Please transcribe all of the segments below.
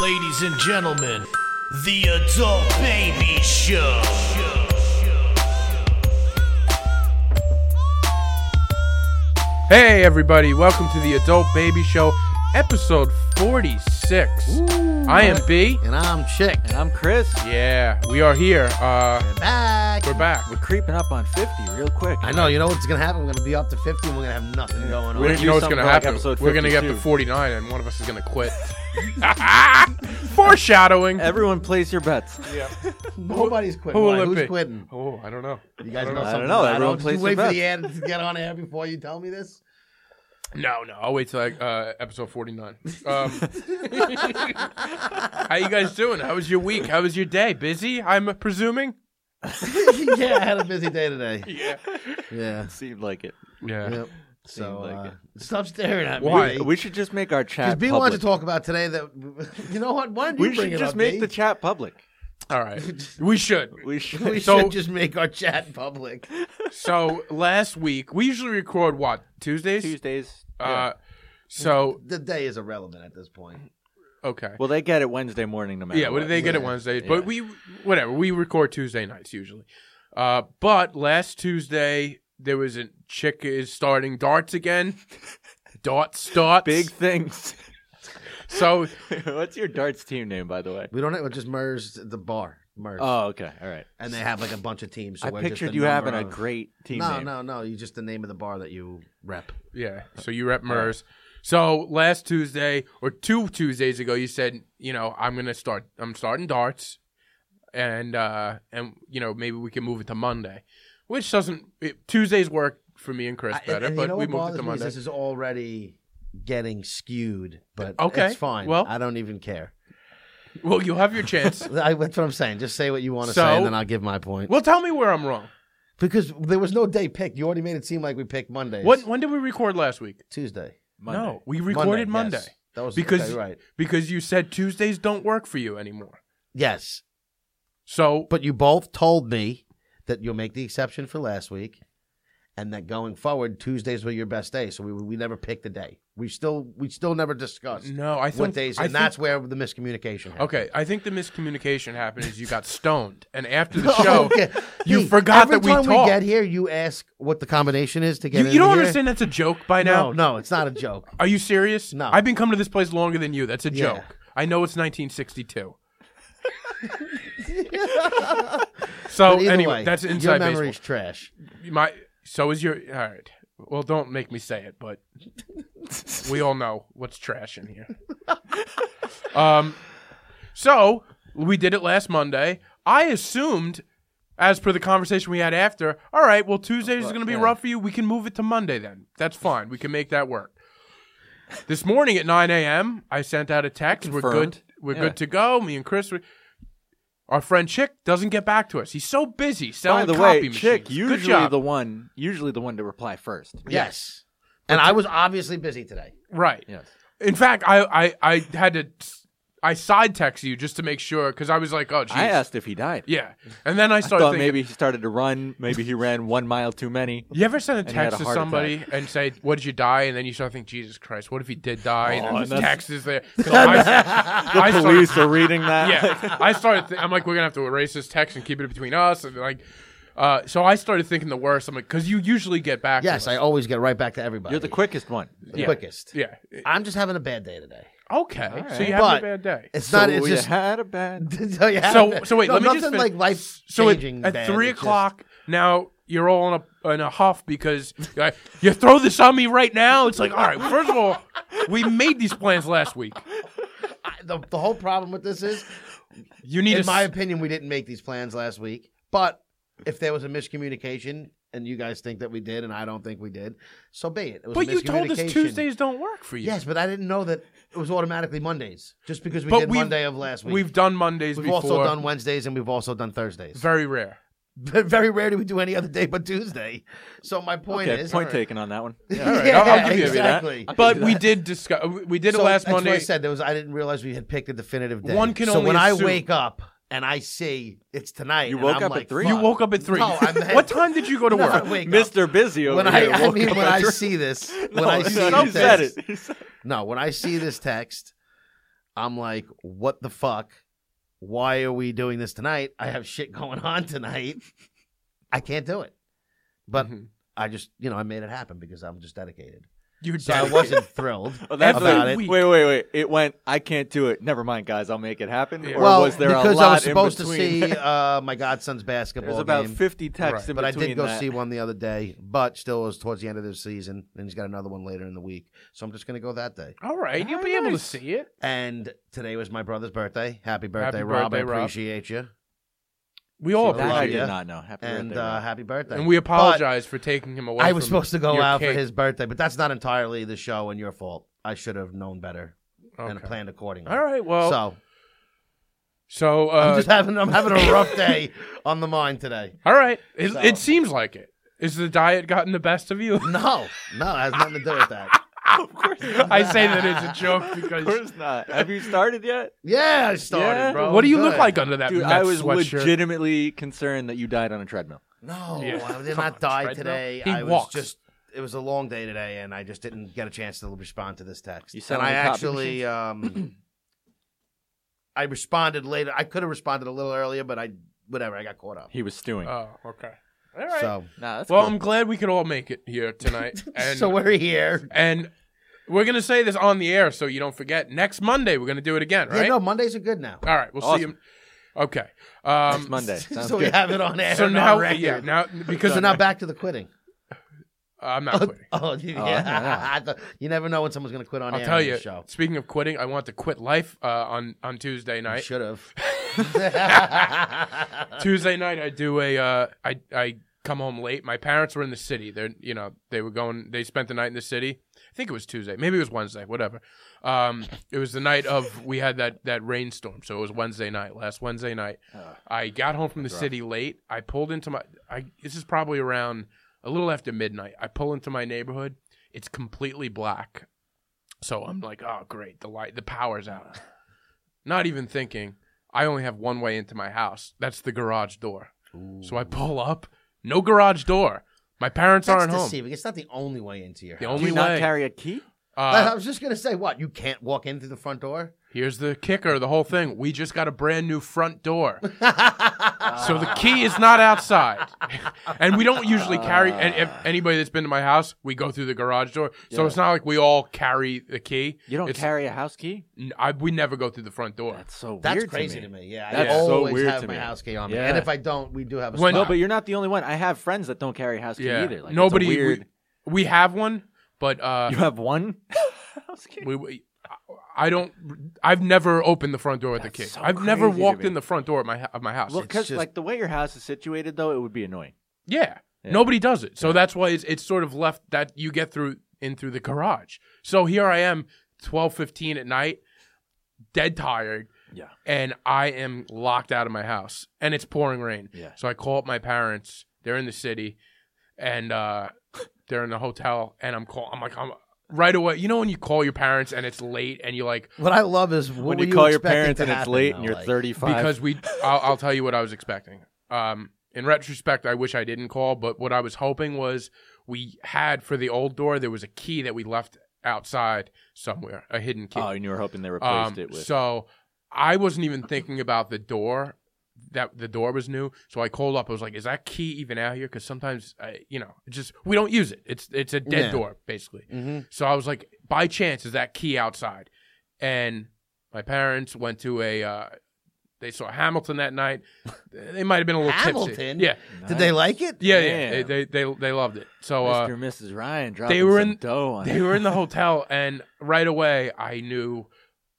Ladies and gentlemen, the Adult Baby Show. Hey, everybody, welcome to the Adult Baby Show, episode 46. I am B. And I'm Chick. And I'm Chris. Yeah, we are here. Uh, Back. we're back. We're creeping up on 50 real quick. I know. You know what's gonna happen? We're gonna be up to 50, and we're gonna have nothing going on. We're- We're, gonna you know do what's something going to like happen. episode we're going to get to 52. 49, and one of us is going to quit. Foreshadowing. Everyone place your bets. Nobody's quitting. Who will Why? it Who's be? quitting? oh, I don't know. You guys don't know know. I something? don't know. about it. Everyone Did plays you their wait for best. the ad to get on air before you tell me this. No, no, I'll wait till like, uh, episode 49. Um, how you guys doing? How was your week? How was your day? Busy, I'm presuming? yeah, I had a busy day today. Yeah. Yeah. Seemed like it. Yeah. Yep. Seemed So like uh, it. stop staring at Why? me. We should just make our Because chat B public. wanted to talk about today that you know what? Why don't you we bring should it just up, make B? the chat public. All right. We should. We should. we so- should just make our chat public. So last week, we usually record what? Tuesdays? Tuesdays. Uh, so The day is irrelevant at this point. okay. Well, they get it Wednesday morning no matter yeah, what do they get at Wednesdays? Yeah. But we whatever we record Tuesday nights usually. Uh, but last Tuesday there was a chick is starting darts again. Darts, darts. Big things. So What's your darts team name, by the way? We don't have, we're just merged the bar. Merged. Oh, okay. All right. and they have like a bunch of teams. So I we're just pictured the you number having a of- great team No, name. no, no. You just the name of the bar that you rep. yeah. So you rep MERS. So last Tuesday or two Tuesdays ago, you said you know I'm gonna start. I'm starting darts, and uh and you know maybe we can move it to Monday, which doesn't it, Tuesdays work for me and Chris I- better, and but you know we what moved it bothers to me is Monday. this is already getting skewed, but Okay, it's fine. well- I don't even care. Well, you'll have your chance. I, that's what I'm saying. Just say what you want to So- say, and then I'll give my point. well, tell me where I'm wrong. Because there was no day picked. You already made it seem like we picked Mondays. What when did we record last week? Tuesday? Monday. No, we recorded Monday, yes. That was Because- okay, right. because you said Tuesdays don't work for you anymore. Yes, So but you both told me that you'll make the exception for last week, and that going forward Tuesdays were your best day. So we we never picked the day. We still we still never discussed. no, I think what days, I and think- that's where the miscommunication. Happened. okay. I think the miscommunication happened is you got stoned, and after the Oh, show, okay. you Hey, forgot every that we time talked. we get here, you ask what the combination is to get. you, in you don't here. understand that's a joke by now. Oh, No, no, it's not a joke. Are you serious? No. I've been coming to this place longer than you. That's a Yeah. joke. I know it's 1962. so But either anyway, way, that's your inside baseball. memory's trash. My so is your all right. Well, don't make me say it, but we all know what's trash in here. um, so we did it last Monday. I assumed, as per the conversation we had after, all right. Well, Tuesdays is going to be yeah. rough for you. We can move it to Monday then. That's fine. We can make that work. This morning at 9 a.m., I sent out a text. We're good. Confirmed. We're Yeah. good to go. Me and Chris. We, our friend Chick doesn't get back to us. He's so busy By selling the copy way, machines. Chick, Good usually job. the one, usually the one to reply first. Yes, and I was obviously busy today. right. Yes. In fact, I, I, I had to, I side text you just to make sure because I was like, oh, geez. I asked if he died. Yeah. And then I I started thought thinking, maybe he started to run. Maybe he ran one mile too many. you ever send a he had text a to heart somebody and say, what did you die? And then you start thinking, Jesus Christ, what if he did die? Oh, and and then that's- text is there. 'Cause I, I started- are reading that. yeah. I started, thi- I'm like, we're going to have to erase this text and keep it between us. And like, uh, so I started thinking the worst. I'm like, because you usually get back. Yes, to us. I always get right back to everybody. You're the quickest one. The yeah. quickest. Yeah. I'm just having a bad day today. Okay. So right. you have a But- bad day. It's not. so It's we just. had a bad. so, you have So a- so wait, no, let me nothing just fin- like life So at, changing. at bad. three It's just- o'clock now, you're all in a in a huff because uh, you throw this on me right now. It's like, all right, first of all, we made these plans last week. I- the, the whole problem with this is You need a in s- my opinion, we didn't make these plans last week. But if there was a miscommunication, and you guys think that we did, and I don't think we did, so be it. it was a but you told us miscommunication. Tuesdays don't work for you. Yes, but I didn't know that it was automatically Mondays just because we But did we've- Monday of last week. we've done Mondays We've before. also done Wednesdays and we've also done Thursdays. very rare. But very rarely we do any other day but Tuesday. So my point Okay, is point taken on that one. Yeah, right, I'll- I'll give you that. exactly. But we did discuss. We did So it last that's what Monday. I said there was. I didn't realize we had picked a definitive day. One can so only when assume- I wake up and I see it's tonight, You and woke I'm up at like, three? you fuck. woke up at three. No, I'm what time did you go to No, work? I wake up. Mr. Busy over When I, here. I woke mean, up when at I three- see this, No, when I see no, this said text- it. no, when I see this text, I'm like, what the fuck? Why are we doing this tonight? I have shit going on tonight. I can't do it. But Mm-hmm. Mhm. I just, you know, I made it happen because I'm just dedicated. you're So I dead. wasn't thrilled Oh, that's Every about like- it. week. Wait, wait, wait. It went, I can't do it. Never mind, guys. I'll make it happen. Yeah. Or Well, was there a because lot I was supposed in to between? see uh, my godson's basketball There's about game. 50 texts Right. in but I between did go that. see one the other day, but still it was towards the end of the season, and he's got another one later in the week. So I'm just going to go that day. All right, you'll Ah, be able to nice. see it. And today was my brother's birthday. Happy birthday, Happy Rob. birthday, I Rob. appreciate you. We all See, that That Oh, I appreciate did it, idea. not know. Happy and birthday. uh, Rob. happy birthday. and we But apologize for taking him away. I was from supposed to go your out cake. for his birthday, but that's not entirely the show and your fault. I should have known better and Okay. planned accordingly. All right, well, so, so uh, I'm just having I'm having a rough day on the mind today. all right, it, So- it seems like it. Is the diet gotten the best of you? No, no, it has nothing to do with that. of course not. I say that as a joke Of because. course not. Have you started yet? Yeah, I started, Yeah? bro. What do you I'm look good. like under that Dude, Mets I was sweatshirt? legitimately concerned that you died on a treadmill. No, Yeah. I did Come not on, die treadmill. today. He I was walks. just it was a long day today and I just didn't get a chance to respond to this text. You sound and like I a actually copy um I responded later. I could have responded a little earlier, but I whatever, I got caught up. He was stewing. Uh, Oh, okay. All right. So nah, that's well, cool. I'm glad we could all make it here tonight. And, so we're here. and we're going to say this on the air so you don't forget. Next Monday, we're going to do it again, right? Yeah, no, Mondays are good now. All right. We'll see Awesome. you. Okay. Um, Next Monday. Sounds so we good. have it on air. So and now, on record. yeah, now, because uh, so now back to the quitting. I'm not quitting. Oh, yeah. I know, yeah. I thought- you never know when someone's going to quit on I'll air tell on you. this show. Speaking of quitting, I want to quit life uh, on on Tuesday night. Should have. Tuesday night, I do a uh, I I come home late. My parents were in the city. They're you know they were going. They spent the night in the city. I think it was Tuesday. Maybe it was Wednesday. Whatever. Um, it was the night of we had that that rainstorm. So it was Wednesday night. Last Wednesday night, Uh, Ah. I got home from the city late. I pulled into my. I this is probably around a little after midnight. I pull into my neighborhood. It's completely black. So I'm like, oh great, the light, the power's out. Not even thinking. I only have one way into my house. That's the garage door. So I pull up. No garage door. My parents That's aren't home. deceiving. It's not the only way into your The house. only Do you way. not Uh-huh. carry a key? uh, I was just gonna say, what? You can't walk in through the front door. here's the kicker. The whole thing. We just got a brand new front door. Uh, So the key is not outside, and we don't usually carry. And if anybody that's been to my house, we go through the garage door. So Yeah. it's not like we all carry the key. You don't It's- carry a house key? N- I- we never go through the front door. That's so That's weird crazy to me. Yeah, That's I so always weird have to my me. house key on me, Yeah. and if I don't, we do have a When- spot. No, but you're not the only one. I have friends that don't carry house key yeah, either. Like, it's a nobody. we- weird. We, have one, but uh, You have one house key. we, we- I don't. I've never opened the front door with the That's key. so I've never crazy to walked me. in the front door of my of my house. Well, It's- because just- like the way your house is situated, though, it would be annoying. yeah, Yeah. nobody does it. So that's why it's it's sort of left that you get through in through the garage. So here I am, twelve fifteen at night, dead tired. Yeah. and I am locked out of my house, and it's pouring rain. Yeah. So I call up my parents. They're in the city, and uh, they're in the hotel. And I'm call. I'm like, I'm right away. You know when you call your parents and it's late, and you're like, what I love is what when were you call your expecting parents to and it's happen, late though, and you're like- 35. because we. I'll, I'll tell you what I was expecting. Um, in retrospect, I wish I didn't call, but what I was hoping was we had for the old door there was a key that we left outside somewhere, a hidden key. oh, and you were hoping they replaced Um, it with. So I wasn't even thinking about the door. That the door was new, so I called up. I was like, "Is that key even out here?" Because sometimes, I, you know, it just we don't use it. It's it's a dead Yeah. door basically. Mhm. So I was like, "By chance, is that key outside?" And my parents went to a. Uh, they saw Hamilton that night. They might have been a little Hamilton? tipsy. Yeah, Did they like it? yeah, yeah. Damn. They, they they they loved it. So uh, Mr. and Mrs. Ryan dropping were some in- dough on they it. were in the hotel, and right away I knew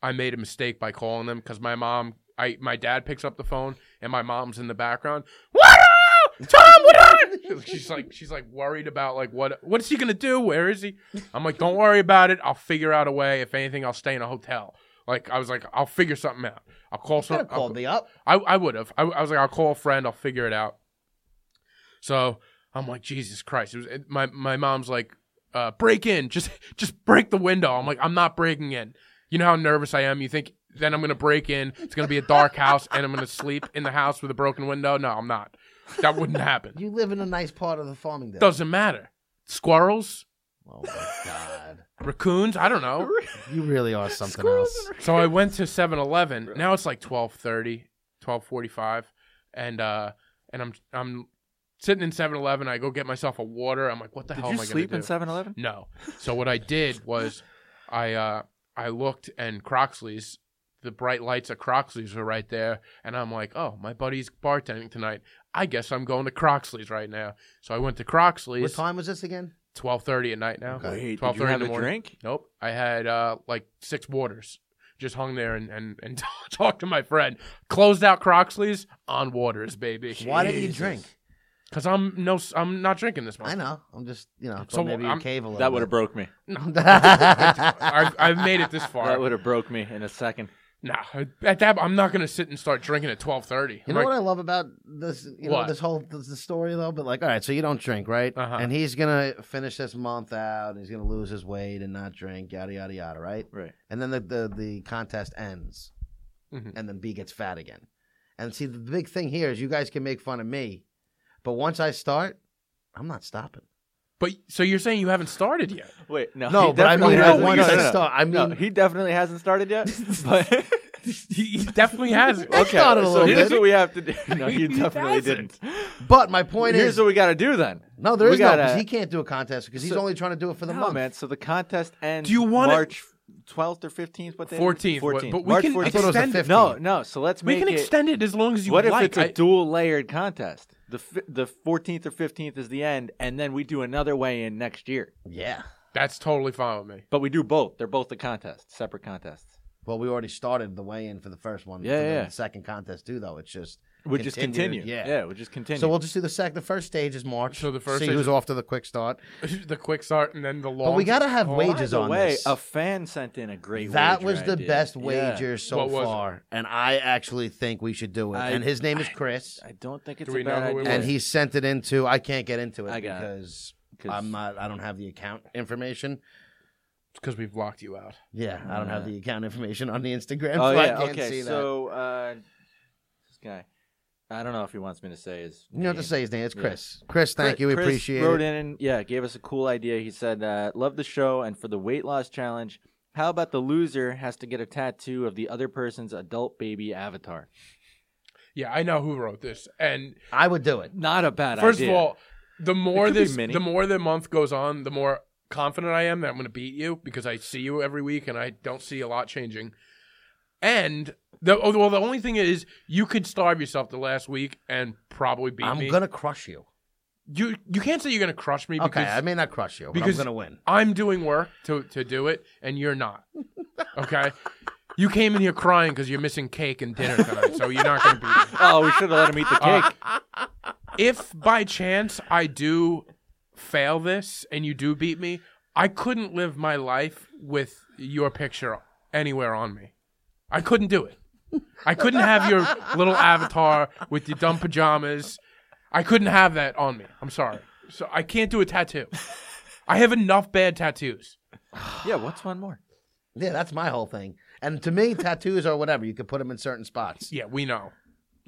I made a mistake by calling them because my mom, I my dad picks up the phone, and my mom's in the background. What? up? Tom, what? up?" she's like, she's like worried about like what, what's he gonna do? Where is he? I'm like, don't worry about it. I'll figure out a way. If anything, I'll stay in a hotel. Like I was like, I'll figure something out. I'll call Could have some. I'll- called me up. I, I would have. I, I was like, I'll call a friend. I'll figure it out. So I'm like, Jesus Christ! It was, it- my my mom's like, uh, break in. Just just break the window. I'm like, I'm not breaking in. You know how nervous I am. You think then I'm gonna break in? It's gonna be a dark house, and I'm gonna sleep in the house with a broken window. No, I'm not. That wouldn't happen. You live in a nice part of the farming. Doesn't matter. Squirrels. Oh my god. raccoons. I don't know. You really are something Squirrels else. and- So I went to 7-Eleven. Now it's like 12:30, 12:45 and uh and I'm I'm sitting in 7-Eleven. I go get myself a water. I'm like, what the Did hell you am I sleep going in to do? 7 Eleven? no. So what I did was I uh I looked and Croxley's the bright lights of Croxley's were right there and I'm like, "Oh, my buddy's bartending tonight. I guess I'm going to Croxley's right now." So I went to What Croxley's time was this again? 12:30 at night now. Okay. Wait, did 12:30 you in have the a morning. drink? Nope. I had uh, like six waters. Just hung there and and, and talked to my friend. Closed out Croxley's on waters, baby. Why didn't you drink? Because I'm no, I'm not drinking this month. I know. I'm just, you know, So, so maybe I'm- you cave a little. That would have broke me. I've, I've made it this That far. would have broke me in a second. Nah, at that I'm not gonna sit and start drinking at twelve thirty. You know what I love about this? You What? know this whole this, the story though. But like, all right, so you don't drink, right? Uh-huh. And he's gonna finish this month out. And he's gonna lose his weight and not drink. Yada yada yada. Right? Right. And then the the, the contest ends, Mhm. Mm-hmm. and then B gets fat again. And see, the big thing here is you guys can make fun of me, but once I start, I'm not stopping. But so you're saying you haven't started yet? Wait, no. No, Uh, he but I definitely mean, hasn't- once no, I no, no. start, I mean, No, he definitely hasn't started yet. But he definitely hasn't. I okay, started a so little here's bit. what we have to do. No, He you definitely hasn't. didn't. but my point here's is, what we got to do then. no, there we is no, gotta- 'cause he can't do a contest because he's So- only trying to do it for the no, month. man. So the contest ends. Do you wanna- March twelfth or fifteenth? What day? 14th, what- Fourteenth. but we March can 14th. I thought it was the extend it. 15th. No, no. So let's We make can it. extend it as long as you what like. if it's a I- dual layered contest? The fi- the fourteenth or fifteenth is the end, and then we do another weigh in next year. Yeah. that's totally fine with me. But we do both. They're both the contest, separate contests. Well, we already started the weigh in for the first one. Yeah, for the yeah. second contest too, though. It's just We just continue. Continued, yeah. yeah. We just continue. so we'll just do the sec. The first stage is March. So the first see stage who's is- off to the quick start. the quick start and then the long. But we gotta have Oh, wages By the on way, this. a fan sent in a great. that wager was the idea. best Yeah. wager so What was it? far, and I actually think we should do it. I- and his name is Chris, I don't think it's we a know bad who we idea. were? and he sent it into. I can't get into it I got it. because 'Cause- I'm not. I don't have the account information. because we've locked you out. Yeah, I don't have the account information on the Instagram, Uh. Oh so I yeah. can't okay. see that. So uh, this guy, I don't know if he wants me to say his. you know what to name. say his name. It's Yeah. Chris. Chris, thank Chris- you. We Chris appreciate Wrote it. in, and, yeah, gave us a cool idea. He said, uh, "Love the show, and for the weight loss challenge, how about the loser has to get a tattoo of the other person's adult baby avatar? Yeah, I know who wrote this, and I would do it. Not a bad First idea. of all, the more could be this, mini. the more the month goes on, the more confident I am that I'm going to beat you because I see you every week and I don't see a lot changing. And the oh, well, the only thing is you could starve yourself the last week and probably beat I'm me. gonna crush you. you you can't say you're going to crush me because okay, I may not crush you, but because- I'm gonna win. I'm doing work to to do it and you're not. Okay. You came in here crying because you're missing cake and dinner tonight, so you're not going to beat me. oh, we should have let him eat the cake. Uh, if by chance I do fail this and you do beat me, I couldn't live my life with your picture anywhere on me. I couldn't do it. I couldn't have your little avatar with your dumb pajamas. I couldn't have that on me. I'm sorry. So I can't do a tattoo. I have enough bad tattoos. yeah, what's one more? Yeah, that's my whole thing. And to me, tattoos are whatever. You could put them in certain spots. Yeah, we know.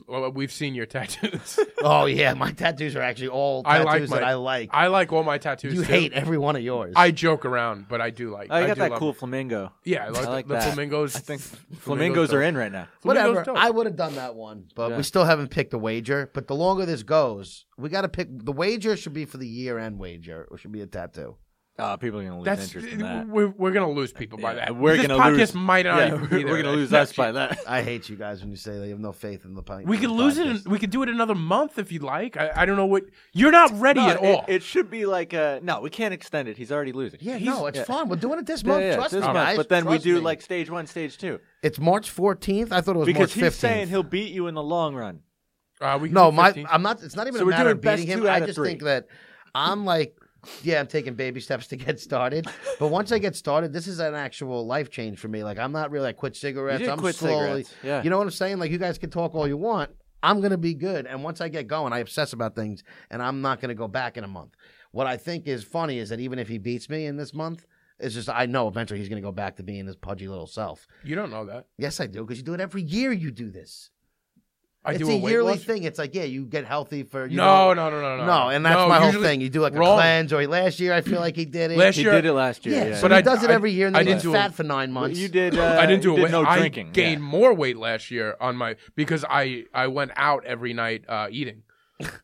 Well, We've seen your tattoos. Oh yeah, my tattoos are actually all I like tattoos my- that I like. I like all my tattoos. you too. hate every one of yours. I joke around, but I do like. Oh, you got do that love- cool flamingo. Yeah, I like, I like the, the that. flamingos. I think flamingos are in right now. whatever. dope. I would have done that one, but Yeah. we still haven't picked a wager. But the longer this goes, we got to pick. The wager should be for the year end wager. It should be a tattoo. Oh, people are gonna lose That's uh, interest in that. we're we're gonna lose people by Yeah, that. we're this gonna podcast lose- might not Yeah, even we're be there we're gonna lose next us by year. that. I hate you guys when you say that you have no faith in the pint. We in the could lose it. podcast. In, we could do it another month if you'd like. I, I don't know what you're not ready No, at it, all. it should be like uh no, we can't extend it. He's already losing. yeah, He's- no, it's fun. We're doing it this Yeah, month. yeah, trust this me, month, guys. But then we Trust do me. like stage one, stage two. it's March 14th. I thought it was Because March 15th. he's saying he'll beat you in the long run. uh, we could No, do my 15. I'm not. It's not even So a we're matter doing of best beating him. two I out of just three. think that I'm like, yeah, I'm taking baby steps to get started. But once I get started, this is an actual life change for me. Like I'm not really. I quit cigarettes. You did I'm quit slowly. cigarettes, yeah. You know what I'm saying? Like you guys can talk all you want. I'm gonna be good. And once I get going, I obsess about things, and I'm not gonna go back in a month. What I think is funny is that even if he beats me in this month, it's just I know eventually he's gonna go back to being his pudgy little self. you don't know that. Yes, I do, because you do it every year. You do this. I it's do a, weight yearly loss- thing. It's like, yeah, you get healthy for you No, know- no, no, no, no, no, and that's my whole usually- thing. You do like wrong. a cleanse, or last year I feel like he did it. Last He year, did it last year. yeah, Yeah, so But he I- does it I- every year and I then didn't he's do it. fat for nine Well, months. you did. Uh, I didn't do you it. did with- no I drinking. gained yeah. more weight last year on my because I I went out every night uh, eating.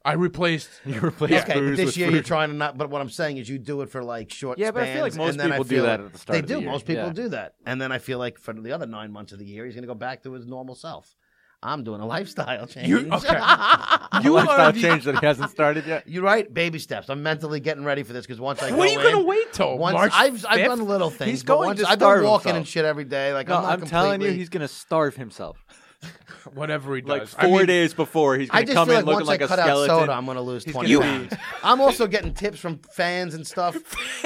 I replaced. You replaced Okay, but booze this with year food. you're trying to not. But what I'm saying is, you do it for like short. Yeah, but I feel like spans, most and then I people do feel that like- at the start They of the do. year. Most people Yeah. do that, and then I feel like for the other nine months of the year, he's going to go back to his normal self. I'm doing a lifestyle change. You- okay. You lifestyle are the- change that he hasn't started yet. You're right. Baby steps. I'm mentally getting ready for this because once I What are go you gonna in- wait till Once March? I've I've 5th? done little things. He's but going once, to I've been starve walking himself. and shit every day. Like No, I'm, not I'm telling you, completely- he's gonna starve himself. whatever he does. Like I four mean, days before, he's I gonna just come feel like in looking once like I a cut out soda, skeleton. I'm going to lose He's 20 gonna be- pounds. I'm also getting tips from fans and stuff.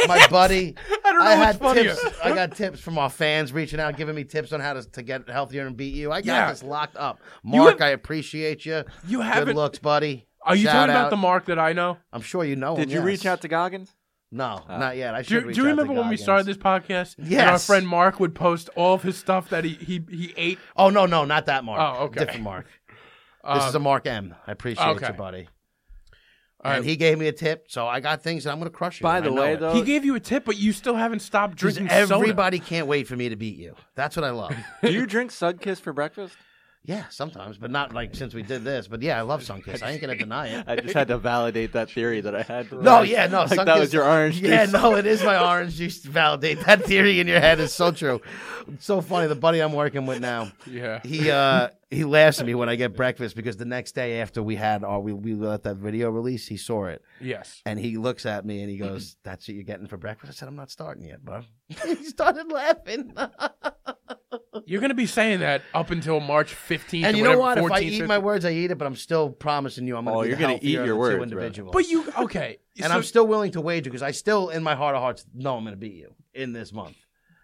My buddy, I don't know what's had funnier. tips. I got tips from our fans reaching out, giving me tips on how to, to get healthier and beat you. I got Yeah. this locked up. You Mark, have- I appreciate you. You Good haven't. looks, buddy. Are you Shout talking out. about the mark that I know? I'm sure you know Did him, you reach yes. out to Oh. Goggins? No, not yet. I should Do, reach do you out to remember when we Goggins. started this podcast? And our Yes. friend Mark would post all of his stuff that he he, he ate. Oh, no, no, not that Mark. Oh, okay. Different Mark. Uh, This is a Mark M. I appreciate okay. you, buddy. all right. And he gave me a tip, so I got things, and I'm going to crush you. By I the know way, it. though, He gave you a tip, but you still haven't stopped 'Cause drinking soda. everybody can't wait for me to beat you. That's what I love. do you drink Sudkiss for breakfast? yeah, sometimes, but not like since we did this. But yeah, I love Sunkiss. I ain't gonna deny it. I just had to validate that theory that I had. No, yeah, no. like that Sunkist- was your orange Yeah, juice. no, it is my orange juice. To validate that theory in your head is so true. It's so funny. The buddy I'm working with now, Yeah. he uh he laughs at me when I get breakfast because the next day after we had our we we let that video release, he saw it Yes. and he looks at me and he goes, "That's what you're getting for breakfast." I said, "I'm not starting yet, bro." he started laughing. You're going to be saying that up until March 15th. And or you know what? whatever, If I 14th, eat 15th. my words, I eat it, but I'm still promising you I'm going to Oh, be you're the gonna eat healthier of your the words, two brother. individuals. But you, okay. and so- I'm still willing to wager because I still, in my heart of hearts, know I'm going to beat you in this month.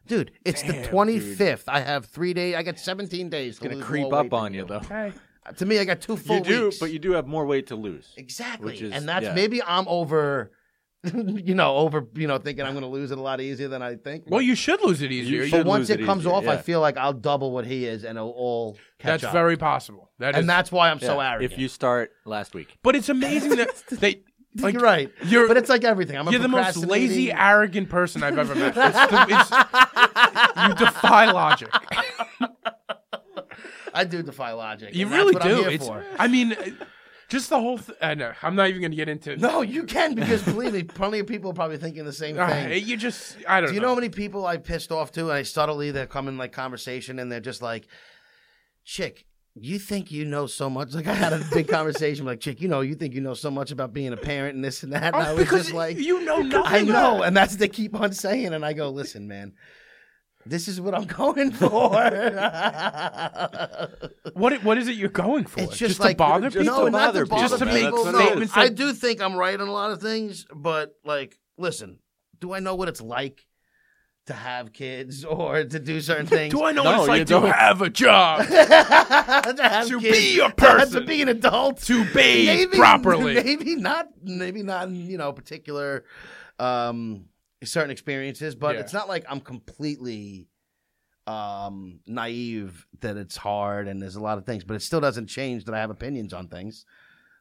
Dude, it's the 25th. I have three days. I got 17 days. It's to gonna lose creep more weight up than on you though. Okay. To me, I got two full You do, weeks. but you do have more weight to lose. Exactly. Which is- and that's yeah. maybe I'm over, you know, over, you know, thinking I'm going to lose it a lot easier than I think. Well, you should lose it easier. You but should once lose it it comes easier, off, I yeah. feel like I'll double what he is and it'll all catch That's up. very possible. That is. and that's why I'm so Yeah, arrogant. If you start last week, but it's amazing that they. Like, you're right. You're, but it's like everything. I'm a you're the most lazy, procrastinating- arrogant person I've ever met. It's the, it's, you defy logic. I do defy logic. You and really that's what do. I'm here it's, for. I mean, uh, just the whole. Th- I know. I'm not even going to get into. No, you can because believe me, plenty of people are probably thinking the same Uh, thing. you just. I don't Do know. you know how many people I pissed off to? And I subtly they come in like conversation and they're just like, "Chick, you think you know so much?" Like I had a big conversation like, "Chick, you know, you think you know so much about being a parent and this and that." And I Oh, was because just like, you know nothing. "I know," and that's what they keep on saying. And I go, "Listen, man." This is what I'm going for. What i- what is it you're going for? It's just, to like bother just people. no, to not bother to bother Just to make people. that's no. what it is. I do think I'm right on a lot of things, but like, listen, do I know what it's like to have kids or to do certain things? Do I know No, what it's you like to don't. have a job, to have To kids, be a to person. be an adult, to bathe properly? maybe not, maybe not, in, you know, particular um, certain experiences, but Yeah. it's not like I'm completely um naive that it's hard and there's a lot of things but it still doesn't change that i have opinions on things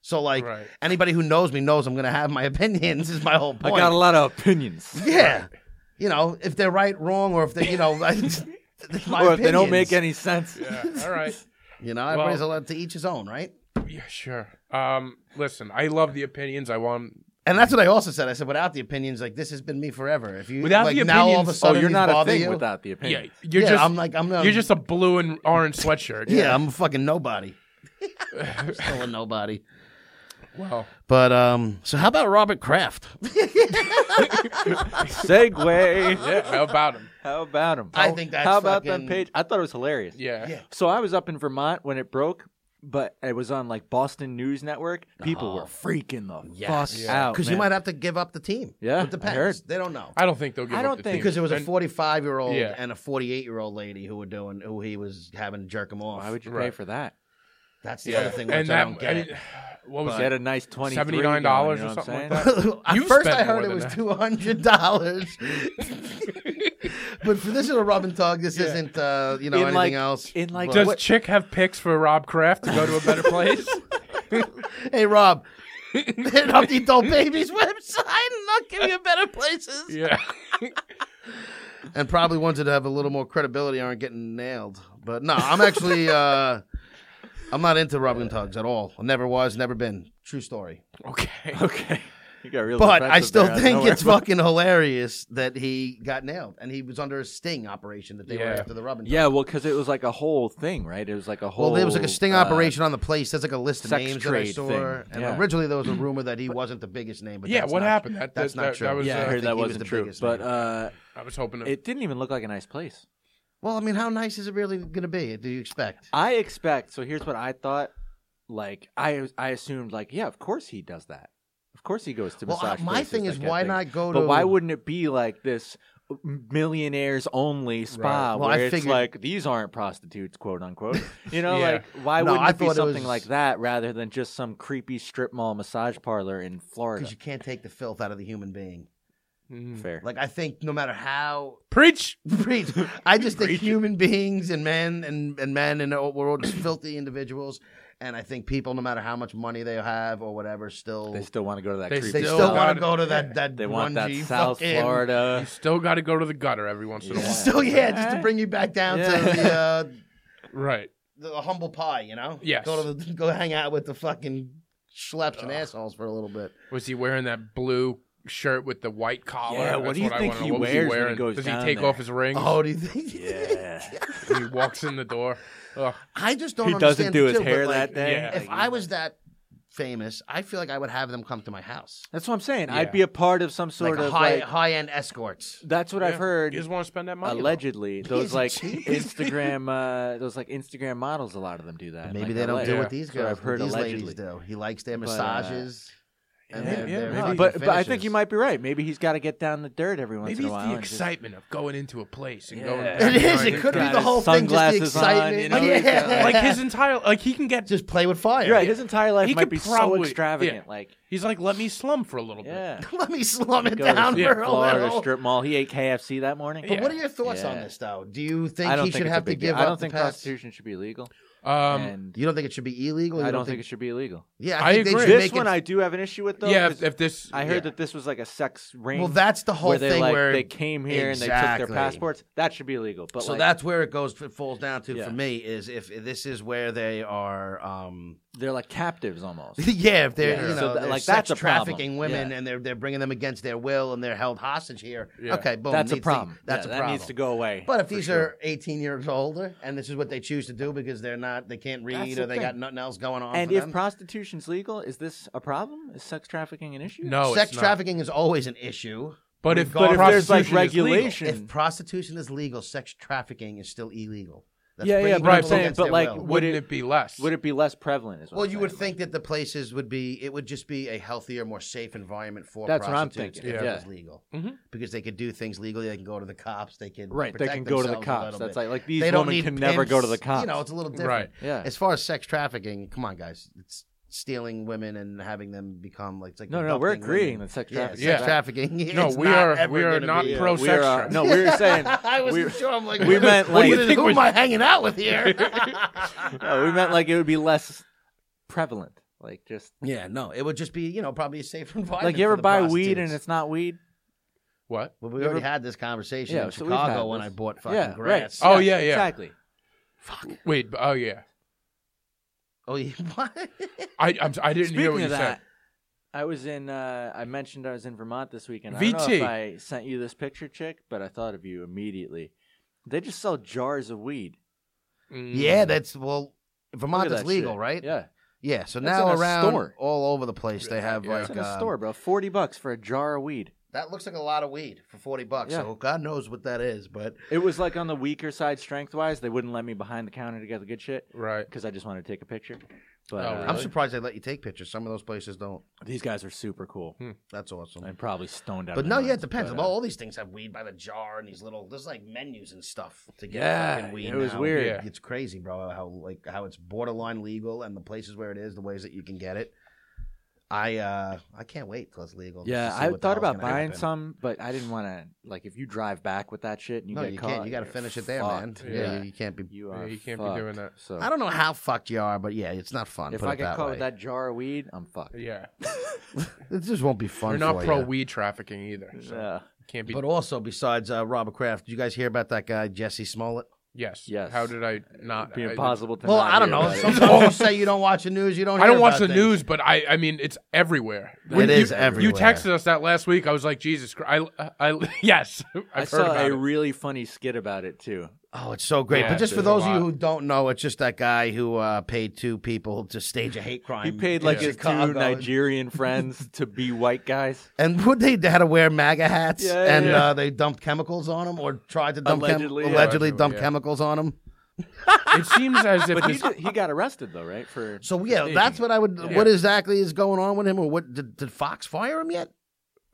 so like Right. anybody who knows me knows i'm gonna have my opinions is my whole I point got a lot of opinions. yeah you know if they're right wrong or if they you know my or if they don't make opinions. any sense. Yeah, all right. You know, everybody's Well- allowed to each his own, right? Yeah, sure. Um, listen, I love the opinions. I want. And that's what I also said. I said, without the opinions, like this has been me forever. If you Without like, the now all of a opinions- Oh, sudden you're these not a bother thing you, without the Yeah, opinion. you're yeah, just. I'm like I'm not, you're just a blue and orange sweatshirt. yeah, I'm a fucking nobody. I'm still a nobody. Wow. But um, so how about Robert Kraft? Segway. Yeah. How about him? How about him? I think that's How about fucking- that page? I thought it was hilarious. Yeah. Yeah. So I was up in Vermont when it broke, but it was on like Boston News Network. People Oh. were freaking the fuck out Because you might have to give up the team. Oh, Yeah, it I heard. depends. They don't know I don't think they'll give. I up don't the think- team. because it was a And- 45 year old Yeah. and a 48 year old lady who were doing who he was having to jerk him off. Why would you pay Right. for that? That's the Yeah. other thing which and I that don't get. I mean, what was Get that? a nice twenty $79 or something like that? At You first, spent I more heard it than was that. two hundred dollars, but for this little rub and tug, this isn't uh, you know anything like, else. In like Does what- Chick have picks for Rob Kraft to go to a better place? Hey, Rob, hit up the adult babies website, and I'll give you better places. yeah. and probably ones that have a little more credibility aren't getting nailed. But no, I'm actually uh I'm not into Robin Tugs at all. I never was, never been. True story. Okay. okay. You got real But I defensive still there out of think nowhere. it's fucking hilarious that he got nailed and he was under a sting operation that they were Yeah. after the Robin. Yeah, well, because it was like a whole thing, right? It was like a whole. Well, there was like a sting uh, operation on the place. There's like a list of sex names that I trade saw, thing. and Yeah. originally there was a rumor that he wasn't the biggest name. But yeah, that's what not- happened? That, That's that, not that, true. That was, Yeah, uh, I I heard think he that was wasn't the true, biggest but name. uh, I was hoping to. it didn't even look like a nice place. Well, I mean, how nice is it really going to be? Do you expect? I expect. So here's what I thought. Like I, I assumed like yeah, of course he does that. Of course he goes to Well, massage. uh, my places, thing that is, kind of why thing. not go to? But why wouldn't it be like this uh, millionaires only spa Right. Well, I where it's figured- like these aren't prostitutes, quote unquote. You know, Yeah. like why No, wouldn't I it be thought it something was- like that rather than just some creepy strip mall massage parlor in Florida? Because you can't take the filth out of the human being. Mm. Fair. Like I think, no matter how Preach. preach, I just think human beings and men and and men in the old world is filthy individuals, and I think people, no matter how much money they have or whatever, still they still want to go to that They creepy. they still still want gotta- to go to that yeah. that They want that grungy South fucking- You Florida. still got to go to the gutter every once in a Yeah. while. Still, yeah, just to bring you back down to the. Uh, Right. the humble pie, you know. Yes. Go to the, go hang out with the fucking schleps and assholes for a little bit. Was he wearing that blue shirt with the white collar? Yeah, what That's do you I think wanna he know. What was wears when he wearing? goes Does he down take there? off his rings? Oh, do you think? Yeah. when he walks in the door. Ugh. I just don't. he doesn't understand do it his too, but, hair like, that day. yeah. If I was that famous, I feel like I would have them come to my house. that's what I'm saying. Yeah. I'd be a part of some sort like of high like. high end escorts. That's what I've Yeah. heard. You just want to spend that money. though. allegedly those He's a like cheap- Instagram uh, those like Instagram models. A lot of them do that. in, Maybe like, they LA. don't do Yeah. what these That's what girls, I've heard these allegedly. ladies do. He likes their But, uh, massages. and Yeah, their, yeah, their maybe. fucking but but I think finishes. you might be right. Maybe he's got to get down the dirt every once Maybe in a it's while. the and just- excitement of going into a place and Yeah. going. It back, It you know, is. and It could be got the his whole thing, just the sunglasses on, excitement. you know, he's got, yeah. like his entire like he can get. just play with fire. You're right. His entire life He might could be so probably- extravagant. yeah. Like He's like, let me slum for a little bit. yeah, Let me slum it Go down to yeah, for a Florida little. strip mall. He ate KFC that morning. But Yeah. what are your thoughts on Yeah. this, though? Do you think I don't he think should it's a have to big deal. give I up don't the think past- prostitution should be legal. Um, and You don't think it should be illegal? You I don't think it should be illegal. Yeah, I, I think agree. They should This make one it... I do have an issue with though. yeah. 'cause If, if this, I heard yeah. that this was like a sex ring. Well, that's the whole where they thing like where they came here and they took Exactly. their passports. That should be illegal. But so like, that's where it goes. It falls down to Yeah. for me is if this is where they are. Um, they're like captives almost. yeah, if they're Yeah. you know So that- they're like, sex that's a problem. trafficking women Yeah. and they're they're bringing them against their will and they're held hostage here. Yeah. Okay, boom. that's a needs to- problem. that's Yeah, a problem. That needs to go away. But if for these sure. are 18 years older and this is what they choose to do because they're not, they can't read That's or the they thing. got nothing else going on. and for if them. prostitution's legal, is this a problem? Is sex trafficking an issue? no sex it's not. trafficking is always an issue. But if, But if there's, prostitution like, is legal- regulation- If prostitution is legal, sex trafficking is still illegal. Yeah, yeah, bringing but I'm people saying, against but their like, will. what- wouldn't it- it be less? Would it be less prevalent? Is what well, I'm you would saying. think that the places would be, it would just be a healthier, more safe environment for That's what I'm prostitutes thinking, if yeah. it was legal, Mm-hmm. Mhm. because they could do things legally. They can go to the cops. They can right? They protect can go to the themselves a cops. little That's bit. like like these they don't women need can never go to the pimps. cops. You know, it's a little different. Right. yeah. As far as sex trafficking, come on, guys. It's stealing women and having them become like. It's like No, no, we're abducting agreeing women. that sex Yeah, trafficking. sex trafficking. No, it's we not are- ever we are gonna not be- pro- We're, uh, trafficking. no, we were saying I wasn't we- sure. I'm like, we meant what like- is- think who we- am I hanging out with here? no, we meant like it would be less prevalent. Like just yeah, no, it would just be you know probably a safe environment. like you for ever the buy weed prostitutes. and it's not weed. What? Well, we you already ever- had this conversation Yeah, in so we've had Chicago when this. I bought fucking yeah, grass. right. Oh, yeah, yeah. exactly. Wait. b- Oh yeah. Oh, yeah. what? Mm. I I'm, s- I didn't hear Speaking what you of that, said. I was in. Uh, I mentioned I was in Vermont this weekend. I don't know VT. if I sent you this picture, chick, but I thought of you immediately. They just sell jars of weed. Mm. yeah, that's well, Look Vermont at is that legal, shit. right? Yeah, Yeah, so That's now in a around store. all over the place they have Yeah. like it's in a um, store, bro. Forty bucks for a jar of weed. That looks like a lot of weed for forty bucks. Yeah. So God knows what that is, but It was like on the weaker side strength wise. They wouldn't let me behind the counter to get the good shit Right. because I just wanted to take a picture. But Oh, uh, I'm Really? surprised they let you take pictures. Some of those places don't. these guys are super cool. That's awesome. I'm probably stoned out. But of no, my yeah, it mind, depends. but, uh, Well, all these things have weed by the jar and these little. There's like menus and stuff to get Yeah, fucking weed. it was now. weird. Yeah. It's crazy, bro. How like how it's borderline legal and the places where it is, the ways that you can get it. I uh I can't wait till it's legal. just to Yeah, see I what the thought hell's about gonna buying happen. some, but I didn't want to. Like, if you drive back with that shit and you no, get you caught, can't. You got to you're finish it there, man. fucked. Yeah, you, you can't be. you Yeah, are. you can't be doing fucked. that. So I don't know how fucked you are, but yeah, it's not fun. if put I it get that caught way. with that jar of weed, I'm fucked. Yeah, this just won't be fun. we're not for pro ya. weed trafficking either. So Yeah. Can't be. But also, besides uh, Robert Kraft, did you guys hear about that guy Jesse Smollett? yes. Yes. How did I not? Be I- impossible to. Well, not I don't hear know. about it. Sometimes you say you don't watch the news, you don't. I hear don't watch the about things. news, but I, I mean, it's everywhere. It When is you, everywhere. You texted us that last week. I was like, Jesus Christ. I, I, yes, I've I heard saw about a it. really funny skit about it too. Oh, it's so great! Yeah, but just for there's a those of you lot. who don't know, it's just that guy who uh, paid two people to stage a hate crime. He paid like in his Chicago. two Nigerian friends to be white guys. and would they they had to wear MAGA hats? Yeah, yeah, and yeah. Uh, they dumped chemicals on him, or tried to dump chem- Allegedly, yeah. allegedly dumped Allegedly, yeah. chemicals on him. It seems as if But he, this, did- he got arrested though, right? For So yeah, Staging. that's what I would. What exactly is going on with him, or what did, did Fox fire him yet?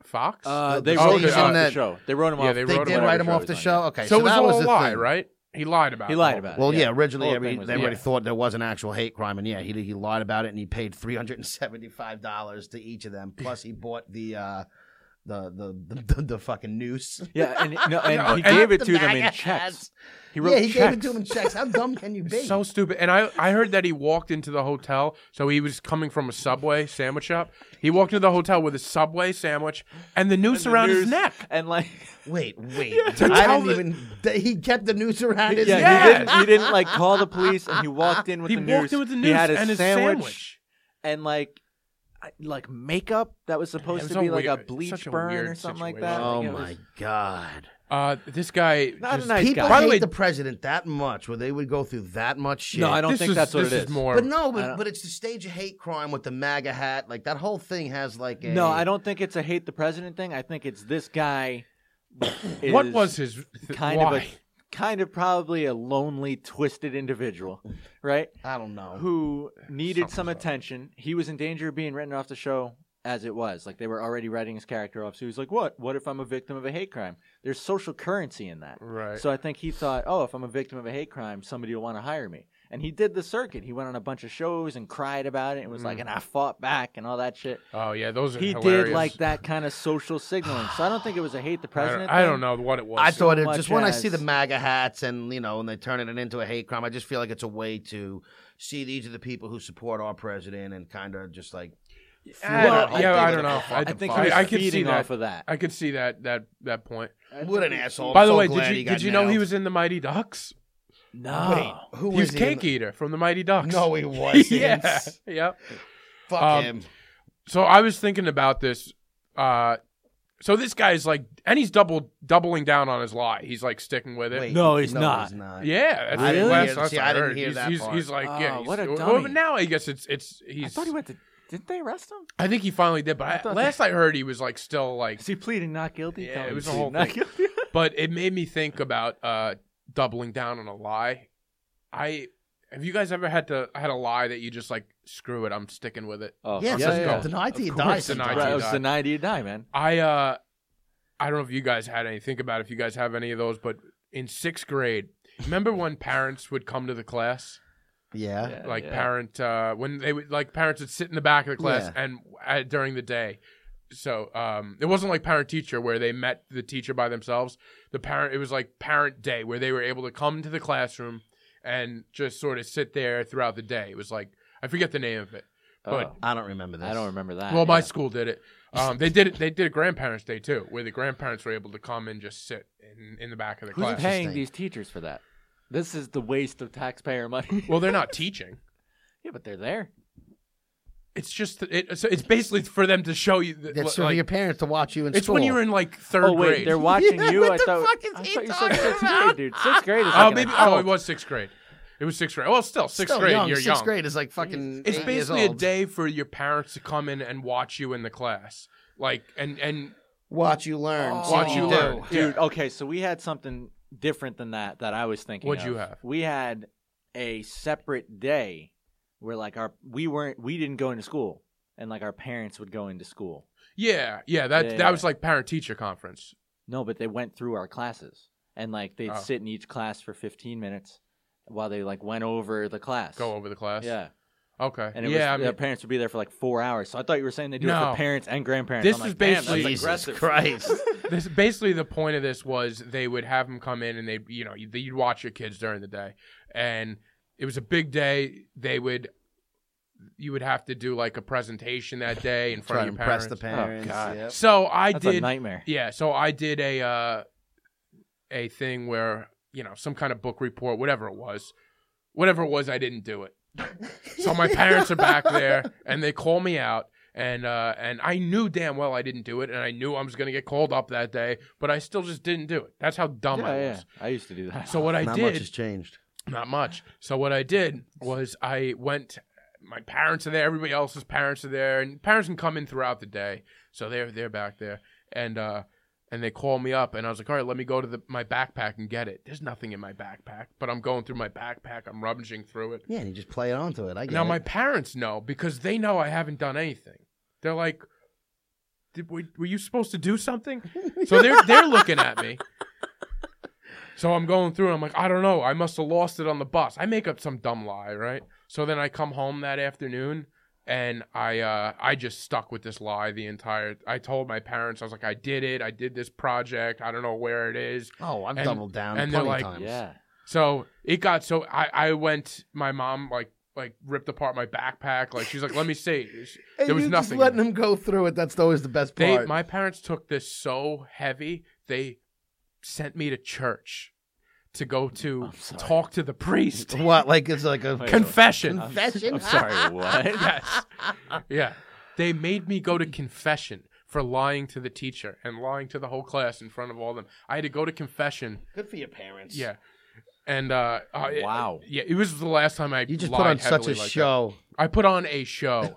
Fox. uh, the they wrote him station off the that- show. They wrote him Yeah, off. they They wrote did him write him whatever off show the he's on, show. Okay, so, so, it was that all was a the lie, thing. right? He lied about. He the lied whole- about it. Well, yeah. yeah, originally Whole every, thing was they a already lie. thought there was an actual hate crime, and yeah, he he lied about it, and he paid three hundred and seventy five dollars to each of them. Plus, he bought the uh, the, the, the the the fucking noose. Yeah, and, no, and No, and- he gave it The to them in MAGA checks. hats. He wrote yeah, he checks. gave it to him in checks. How dumb can you be? So stupid. And I, I heard that he walked into the hotel. So he was coming from a Subway sandwich shop. He walked into the hotel with a Subway sandwich and the noose the around his news, neck. And like, wait, wait. to I tell didn't the- even. th- He kept the noose around his yeah, neck. he didn't. He didn't like call the police, and he walked in with He the walked news. in with the He noose had his and his sandwich, sandwich. and like, I- like makeup that was supposed was to be a like weird- a such bleach a burn weird or something like situation. that. Oh Like, it my was- god! Uh, this guy. Not a just- nice People guy. By hate the way- the president that much, where they would go through that much shit. No, I don't this think is- that's what this it is more. But no, I but, don't- but it's the stage of hate crime with the MAGA hat. Like that whole thing has like a No, I don't think it's a hate the president thing. I think it's this guy. what is was his? kind why? of a kind of probably a lonely, twisted individual, right? I don't know. Who needed Something's some up. attention. He was in danger of being written off the show as it was. Like they were already writing his character off. So he was like, "What? What if I'm a victim of a hate crime?" There's social currency in that. Right. So I think he thought, "Oh, if I'm a victim of a hate crime, somebody will want to hire me." And he did the circuit. He went on a bunch of shows and cried about it and was like, "And I fought back and all that shit." oh yeah, those are He Mm. hilarious. did like that kind of social signaling. So I don't think it was a hate the I don't- president. I don't, thing. know what it was. I thought it much just when I see as- the MAGA hats and you know, and they turn it into a hate crime. I just feel like it's a way to see these are the people who support our president and kind of just like I Well, don't- I yeah, think- I don't know. I I think fuck. he was I, I could see feeding that. off of that. I could see that that that point. what an asshole. By I'm the so way, glad did you got did you know he nailed. was in the Mighty Ducks? no. Wait, who he was is Cake he? in Eater from the Mighty the- Ducks. No, he wasn't. yeah, yep. Fuck Um, him. So I was thinking about this. Uh, so this guy's like, and he's double doubling down on his lie. He's like sticking with it. Wait, no, he's not. Yeah, that's I the didn't last hear- that's see, what I didn't heard. hear he's, that he's, part. he's like, Oh, yeah, he's- what a well, dummy. but now I guess it's it's he's. I thought he went to. Didn't they arrest him? I think he finally did, but I I thought last I heard he was like still like. Is he pleading not guilty? Yeah, Tell it him was he's a whole pleading thing. not guilty. But it made me think about uh, doubling down on a lie. I have you guys ever had to had a lie that you just like screw it, I'm sticking with it. Oh, Yeah, yeah, yeah. so deny till you Of die. course deny sometimes. till Right, you it was die. the night you die, man. I uh I don't know if you guys had any think about it, if you guys have any of those, but in sixth grade, remember when parents would come to the class? Yeah. Yeah, Like yeah. parent uh when they would like parents would sit in the back of the class Yeah. and uh, during the day. So um it wasn't like parent teacher where they met the teacher by themselves. The parent it was like parent day where they were able to come to the classroom and just sort of sit there throughout the day. It was like I forget the name of it. But Oh, I don't remember this. I don't remember that. well, my yeah. school did it. Um, they did it. They did a grandparents' day too, where the grandparents were able to come and just sit in, in the back of the who's class. paying Interesting. these teachers for that? This is the waste of taxpayer money. Well, they're not teaching. yeah, but they're there. It's just it, so it's basically for them to show you. That, It's for like, your parents to watch you in it's school. when you're in like third oh wait, grade. they're watching Yeah, you. what I the thought, fuck is I he thought you said talking sixth grade, about? dude. Sixth grade is oh, like an maybe. Oh, adult. it was sixth grade. It was sixth grade. Well, still sixth Still grade. young. You're Sixth young. grade is like fucking. It's eight years basically a old. day for your parents to come in and watch you in the class, like and and Watch you learn. see Watch what you do. learn. dude. Yeah. Okay, so we had something different than that that I was thinking. What'd you of. have? We had a separate day where like our we weren't we didn't go into school and like our parents would go into school. Yeah, yeah. That Yeah, that yeah. was like parent teacher conference. No, but they went through our classes and like they'd Oh. sit in each class for 15 minutes while they like went over the class. Go over the class. Yeah, Okay. and it yeah. was, I their mean, parents would be there for like four hours. So I thought you were saying they do it No. for parents and grandparents. This I'm is like, "Damn, basically- that's Jesus aggressive. Christ. this basically the point of this was they would have them come in and they you know you'd, you'd watch your kids during the day and it was a big day they would you would have to do like a presentation that day in Try front to of your impress parents. Oh, the parents. God. yep. so I That's a did nightmare. yeah so I did a uh, a thing where you know some kind of book report whatever it was whatever it was I didn't do it so my parents are back there and they call me out and uh, and I knew damn well I didn't do it and I knew I was gonna get called up that day, but I still just didn't do it. That's how dumb I yeah, was. yeah. I used to do that. oh So what I Not did much has changed. not much. So what I did was I went. My parents are there. Everybody else's parents are there, and parents can come in throughout the day. So they're they're back there, and uh, and they call me up, and I was like, all right, let me go to the, my backpack and get it. There's nothing in my backpack, but I'm going through my backpack. I'm rummaging through it. Yeah, and you just play it onto it. I get Now it. my parents know because they know I haven't done anything. They're like, Did, were, were you supposed to do something? So they're they're looking at me. So I'm going through and I'm like, I don't know. I must have lost it on the bus. I make up some dumb lie, right? So then I come home that afternoon and I uh, I just stuck with this lie the entire. I told my parents I was like, I did it. I did this project. I don't know where it is. Oh, I've and- doubled down and they're plenty of like, times. Yeah. So it got so I, I went. My mom like like ripped apart my backpack. Like she's like, let me see. And There was nothing. you Just in letting it. them go through it. That's always the best They part. my parents took this so heavy. They sent me to church to go to I'm sorry. talk to the priest. what? Like it's like a Wait, confession. I'm, Confession? I'm sorry. What? yes. Yeah. They made me go to confession for lying to the teacher and lying to the whole class in front of all them. I had to go to confession. good for your parents. Yeah. And uh, uh it- Wow. yeah, it was the last time I You just lied put on such heavily a like that. show. I put on a show,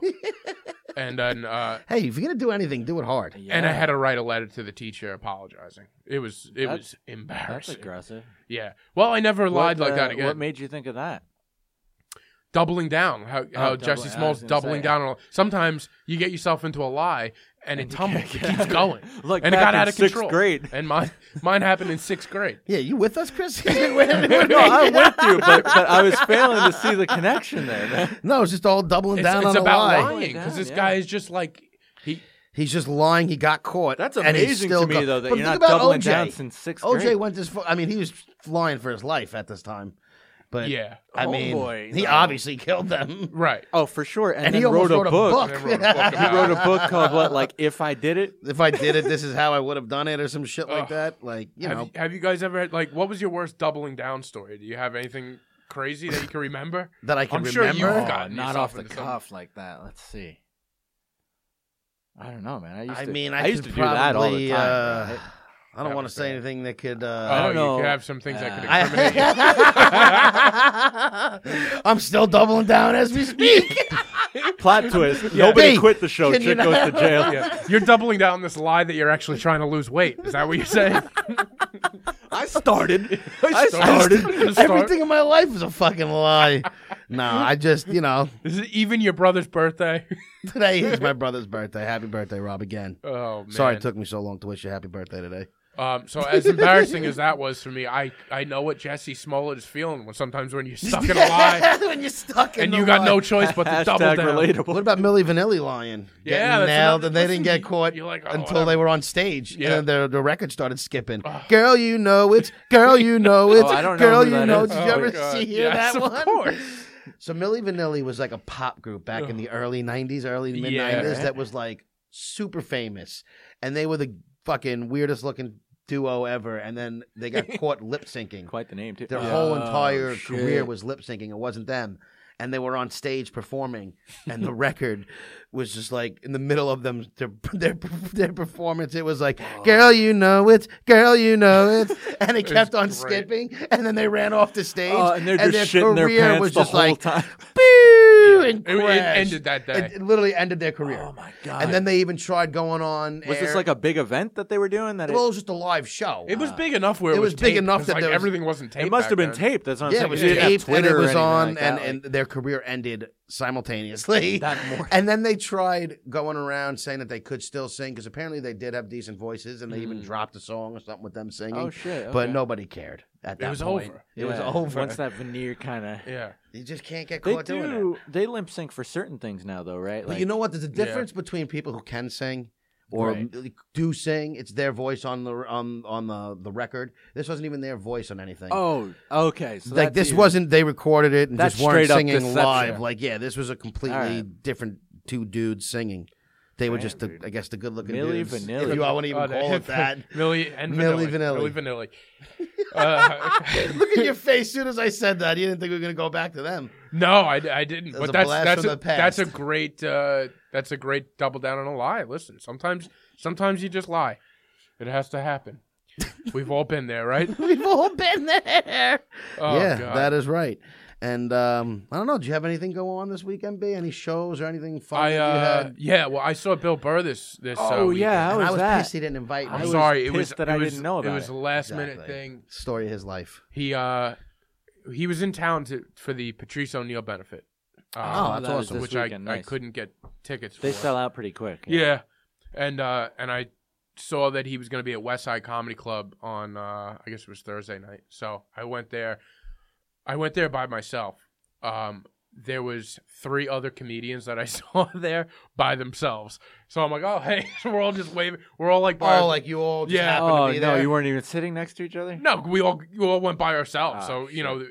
and then uh, Hey, if you're gonna do anything, do it hard. and I Yeah. had to write a letter to the teacher apologizing. It was it That's- was That's embarrassing. aggressive. yeah. Well, I never lied What, like that uh, again. What made you think of that? doubling down. How, how doubling- Oh, I Jesse was Smalls gonna doubling say. down. On, sometimes you get yourself into a lie and, it tumbles, it keeps going, Like and it back got in out of sixth control. grade. And mine mine happened in sixth grade. Yeah, you with us, Chris? no, I went through, but, but I was failing to see the connection there, man. no, it's just all doubling It's, down it's on a about lie. lying because this guy is just like he. He's just lying. He got caught. That's and he's amazing still to me, go- though, that but you're think not about doubling OJ. down since sixth OJ grade. went this. Far, I mean, he was lying for his life at this time. But Yeah. I Oh, mean, Homeboy, he though. obviously killed them. Right. Oh, for sure. And, And then he almost wrote, wrote a book. And then wrote a book He about it. wrote a book called what, like if I did it. If I did it, this is how I would have done it, or some shit like Ugh. that. Like you have, know, you, have you guys ever had like what was your worst doubling down story? Do you have anything crazy that you can remember? that I can I'm sure remember. you've Oh, gotten not yourself off the into some- cuff like that. Let's see. I don't know, man. I, used I to, mean, I, used to could do that all probably, the time. uh, right? I don't That want was to say bad. anything that could. oh, Uh, don't you know. could have some things that could Uh, incriminate you. I, am still doubling down as we speak. Plot twist. Nobody Hey, quit the show. can you Chick goes to not- jail. Yeah. You're doubling down on this lie that you're actually trying to lose weight. Is that what you're saying? I started. I started. started. Everything in my life is a fucking lie. no, I just you know Is it even your brother's birthday? today is my brother's birthday. Happy birthday, Rob! Again. Oh man. Sorry it took me so long to wish you happy birthday today. Um, so as embarrassing as that was for me, I, I know what Jesse Smollett is feeling when sometimes when you're stuck in a lie when you're stuck in and the you got lie. no choice but to Hashtag double down. relatable. What about Millie Vanilli lying? Yeah, Getting that's nailed, another- and they didn't listen, get caught you're like, oh, until whatever. they were on stage, Yeah. and the the record started skipping. Girl, you know it's. Girl, you Oh, know it's. I don't know girl, who you that know. is. Did Oh, you ever God. see hear Yes, that of one? course. So Millie Vanilli was like a pop group back in the early '90s, early mid Yeah. '90s that was like super famous, and they were the fucking weirdest looking duo ever. And then they got caught lip syncing. Quite Oh, the name too. Their whole entire career was lip syncing. It wasn't them. And they were on stage performing, and the record was just like in the middle of them their their, their performance. It was like, "Girl, you know it, girl, you know it," and it kept on great. skipping. And then they ran off the stage, Oh, and they're just shitting their pants the whole like, time. "Boo!" and It- it crashed. ended that day. It, it literally ended their career. Oh my god! And then they even tried going on. was this air. like a big event that they were doing? That it, well, it was just a live show. It was big enough where it, Uh, It was big taped, enough 'cause, that like, there was- everything wasn't taped. it must have back been then. taped. That's what I'm yeah, saying. it was You didn't have taped and Twitter it or was anything on, like and, that, and like- their career ended simultaneously. That more. And then they tried going around saying that they could still sing because apparently they did have decent voices, and they even Mm. dropped a song or something with them singing. Oh shit! But okay. nobody cared at that It was point. over. It was Yeah, over. once that veneer kind of. Yeah. you just can't get They caught doing it. do. They limp sync for certain things now, though, right? But you know what? There's a Yeah. difference between people who can sing or Right. m- do sing. It's their voice on the on on the the record. This wasn't even their voice on anything. Oh, okay. So like that's this you. wasn't they recorded it and That's just weren't straight up singing deception. live. Like yeah, this was a completely Alright. different two dudes singing. They were just, the, I guess, the good-looking Milli dudes. Vanilli. If you, I wouldn't even Oh, they- call it that. Millie and Milli Vanilli. Millie Vanilli. Uh, Look at your face. As soon as I said that, you didn't think we were going to go back to them. no, I, I didn't. That was But a that's blast that's from a, the past. that's a great uh, that's a great double down on a lie. Listen, sometimes sometimes you just lie. It has to happen. We've all been there, right? We've all been there. Oh, yeah, God. that is right. And um, I don't know. Do you have anything go on this weekend, B? Any shows or anything fun I that you uh, had? yeah. Well, I saw Bill Burr this this. uh, Oh weekend. yeah, and how I was, was that? pissed he didn't invite me. I'm I was sorry. It was pissed that it I was- didn't know It about was it. a last minute Exactly. thing. Story of his life. He uh, he was in town to, for the Patrice O'Neill benefit. Uh, Oh, that's that was awesome. this which weekend, I, I nice. couldn't get tickets. They for. sell out pretty quick. Yeah. And uh and I saw that he was going to be at West Side Comedy Club on uh I guess it was Thursday night. So I went there. I went there by myself. Um there was three other comedians that I saw there by themselves. So I'm like, "Oh, hey, we're all just waving. We're all like by Oh, like you all just Yeah. happened Oh to be no, there. you weren't even sitting next to each other. No, we all we all went by ourselves. Ah, so, you shit. know,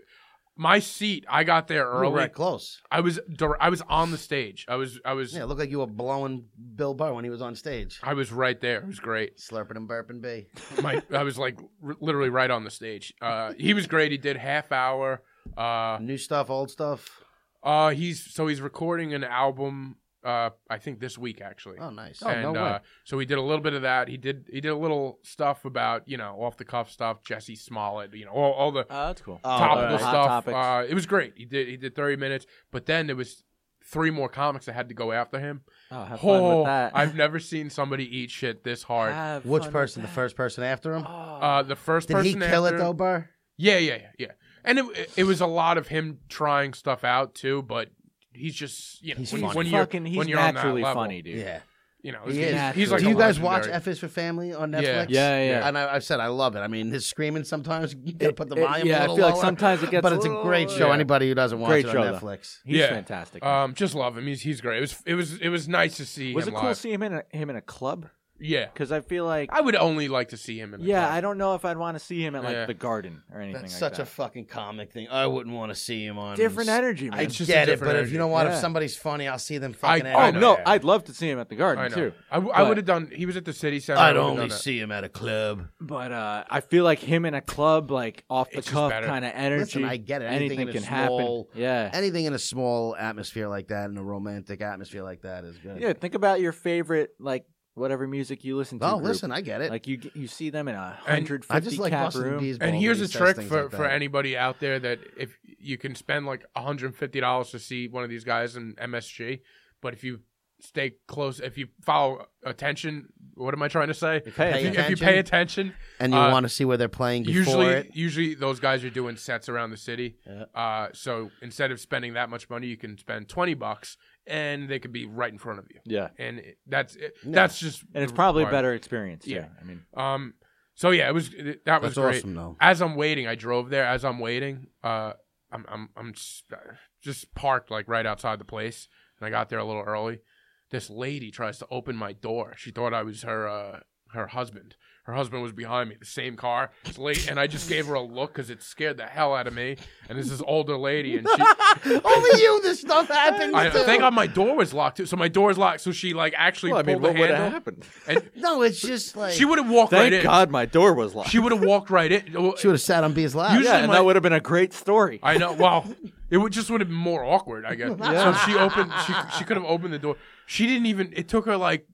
my seat, I got there You were early. right close. I was dir- I was on the stage. I was I was Yeah, it looked like you were blowing Bill Burr when he was on stage. I was right there. It was great. Slurping and burping, B. my I was like r- literally right on the stage. Uh, he was great. He did half hour. Uh, New stuff, old stuff. uh, he's so he's recording an album. Uh, I think this week actually. Oh, nice. Oh. and no way. uh, so he did a little bit of that. He did he did a little stuff about you know off the cuff stuff. Jesse Smollett, you know all, all the Oh, that's cool. topical all right. Hot stuff. topics. Uh, it was great. He did he did thirty minutes, but then there was three more comics that had to go after him. Oh, have fun Oh, with that. I've never seen somebody eat shit this hard. Have Which fun person? The with first person after him? that. Oh. Uh, the first Did he person kill after it him- though, Burr? Yeah, yeah, yeah, yeah. And it it was a lot of him trying stuff out too, but he's just you know He's when, funny. when he's you're fucking, he's when you're on that naturally level, funny, dude. Yeah. you know He he's, is. he's like Do a you guys watch legendary- F is for Family on Yeah. Netflix? Yeah, yeah, yeah. And I, I've said I love it. I mean, his screaming sometimes you gotta put the It- volume yeah, a I little feel like lower, sometimes it gets but a it's a little- great show. Yeah. Anybody who doesn't watch Great it on show, though. Netflix. He's Yeah. fantastic. Um, just love him. He's he's great. It was it was it was nice to see was him it cool live. seeing him in a, him in a club? yeah, Because I feel like I would only like to see him in. The yeah, club. I don't know if I'd want to see him at like Yeah. the Garden or anything. That's like such that. a fucking comic thing. I wouldn't want to see him on different energy, man. I It's just a get it, but different if you know what, if Yeah. somebody's funny, I'll see them fucking. I- at I oh a- know no, that. I'd love to see him at the Garden I know. too. I, But- would have done. He was at the city center. I'd I would've only done that. see him at a club. But uh, I feel like him in a club, like off the It's just cuff better. kind of energy. Listen, I get it. Anything Anything, in a can small- happen. Yeah. Anything in a small atmosphere like that, in a romantic atmosphere like that, is good. yeah. Think about your favorite, like whatever music you listen to. Oh, group. listen, I get it. Like you, g- you see them in a And hundred I just fifty like cap busting room. B's And balls here's when a he says trick things for, like for that. anybody out there that if you can spend like $150 to see one of these guys in MSG, but if you stay close, if you follow attention, what am I trying to say? If you pay if, you, if you attention. pay attention, and you uh, want to see where they're playing before usually it. usually those guys are doing sets around the city. Yeah. Uh, so instead of spending that much money, you can spend 20 bucks and they could be right in front of you. Yeah. And it, that's it, No. that's just And it's probably a Right. better experience. Yeah. Yeah. I mean, Um so yeah, it was that was That's great awesome, though. as I'm waiting, I drove there. As I'm waiting, uh, I'm I'm I'm s- just parked like right outside the place, and I got there a little early. This lady tries to open my door. She thought I was her uh, her husband. Her husband was behind me, the same car. It's late, and I just gave her a look because it scared the hell out of me. And this is older lady, and she. Only you, this stuff happens. I to. think my door was locked too, so my door's locked. So she like actually pulled the handle, happened? and no, it's just like she would have walked Thank right God my door was in. locked. She would have walked right in. She would have sat on B's lap. Usually yeah, and my- that would have been a great story. I know. Well, it would just would have been more awkward, I guess. Yeah. So she opened. She she could have opened the door. She didn't even. It took her like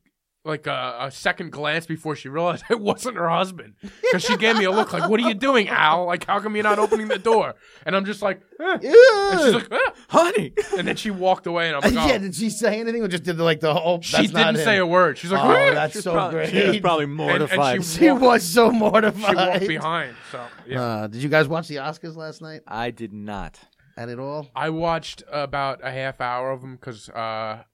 like a, a second glance before she realized it wasn't her husband because she gave me a look like, "What are you doing, Al? Like, how come you're not opening the door?" And I'm just like, eh. and she's Ew. like, eh. Honey, and then she walked away, and I'm like, oh. yeah, did she say anything or just did like the whole? she didn't say a word. She's like, Oh, "Eh." that's so probably, great. she was probably and mortified. she- She was so she walked mortified. behind. So yeah. Uh, did you guys watch the Oscars last night? I did not. at it all? I watched about a half hour of them because uh,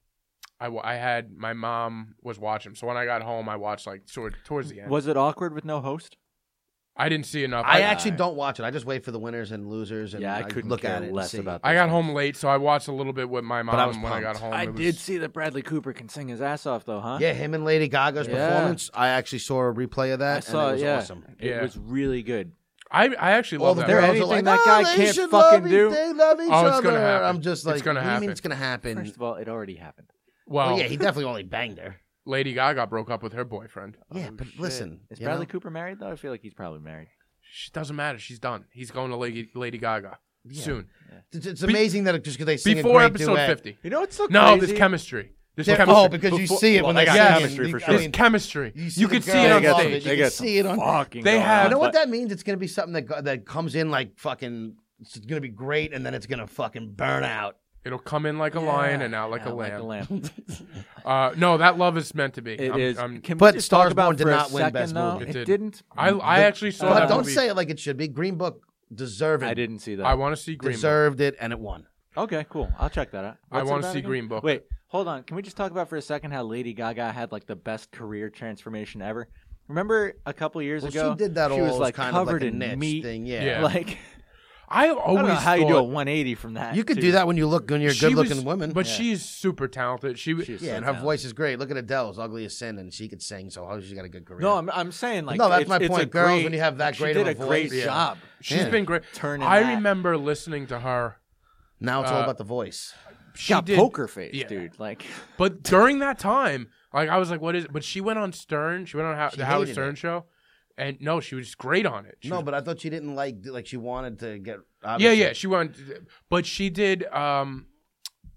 I, wa- I had my mom was watching 'em. So when I got home, I watched like toward, towards the end. Was it awkward with no host? I didn't see enough. I, I, actually don't watch it. I just wait for the winners and losers. And Yeah, I I couldn't look care at it. and less see. about I got home late, so I watched a little bit with my But I was mom when I got pumped. home. I It was- did see that Bradley Cooper can sing his ass off, though, huh? Yeah, him and Lady Gaga's Yeah. performance. I actually saw a replay of that. I saw and it. was Yeah, awesome. it Yeah. was really good. I, I actually All love the that. there girls are anything like, that "Oh, guy they can't should fucking love each- do?" They love each Oh, it's other. gonna happen. I'm just It's like, gonna what do you mean happen. it's gonna happen? First of all, it already happened. Well, well, Oh, yeah, he definitely only banged her. Lady Gaga broke up with her boyfriend. Yeah, Oh, but shit. listen, is you Bradley know? Cooper married though? I feel like he's probably married. She doesn't matter. She's done. He's going to Lady, Lady Gaga Yeah. soon. It's, it's amazing that it, just because they sing Before a great episode duet. 50. You know what's so No, crazy? there's chemistry. There's Yeah, chemistry. oh, because you Before- see it when they they sing. got chemistry You- for sure. I There's mean, chemistry. you see You the could see girl it on on stage. stage. You can see it on- Fucking They girls, have- you know what but- that means? It's gonna be something that go- that comes in like fucking. It's gonna be great, and then it's gonna fucking burn out. It'll come in like a lion Yeah, and out like a out lamb. lamb. Uh, no, no, that love is meant to be. It I'm- is. I'm- Can we But just talk Stars about Born did for a not win second, Best though? Movie. It did. didn't. I, I actually saw but that don't movie. say it like it should be. Green Book deserved it. I didn't see that. I want to see Green Book. deserved it, and it won. Okay, cool. I'll check that out. I What's it wanna about see again? Green Book. Wait, hold on. Can we just talk about for a second how Lady Gaga had like the best career transformation ever? Remember a couple years Well, ago, she did that She all was like kind covered of like a niche in meat. thing. Yeah. Yeah. Like I I always don't know how you do thought- a 180 from that. You could too. do that when you look when you're a She was- good-looking woman. But Yeah. she's super talented. She She's yeah, so and her talented. voice is great. Look at Adele's "Ugly as Sin," and she could sing, so how she got a good career. No, I'm, I'm saying like No, that's it's- my it's a point. Girls, great- when you have that she great did of a a great voice, yeah. job. She's Yeah. been great. Turning I that- remember listening to her. now it's all uh, about the voice. She She got did- poker face, yeah. dude. Like But during that time, like I was like, "What is?" But she went on Stern. She went on how, She the Howard hated Stern it. show, and no, she was great on it. She No, was- but I thought she didn't like like she wanted to get. yeah, obviously- yeah, she went. But she did um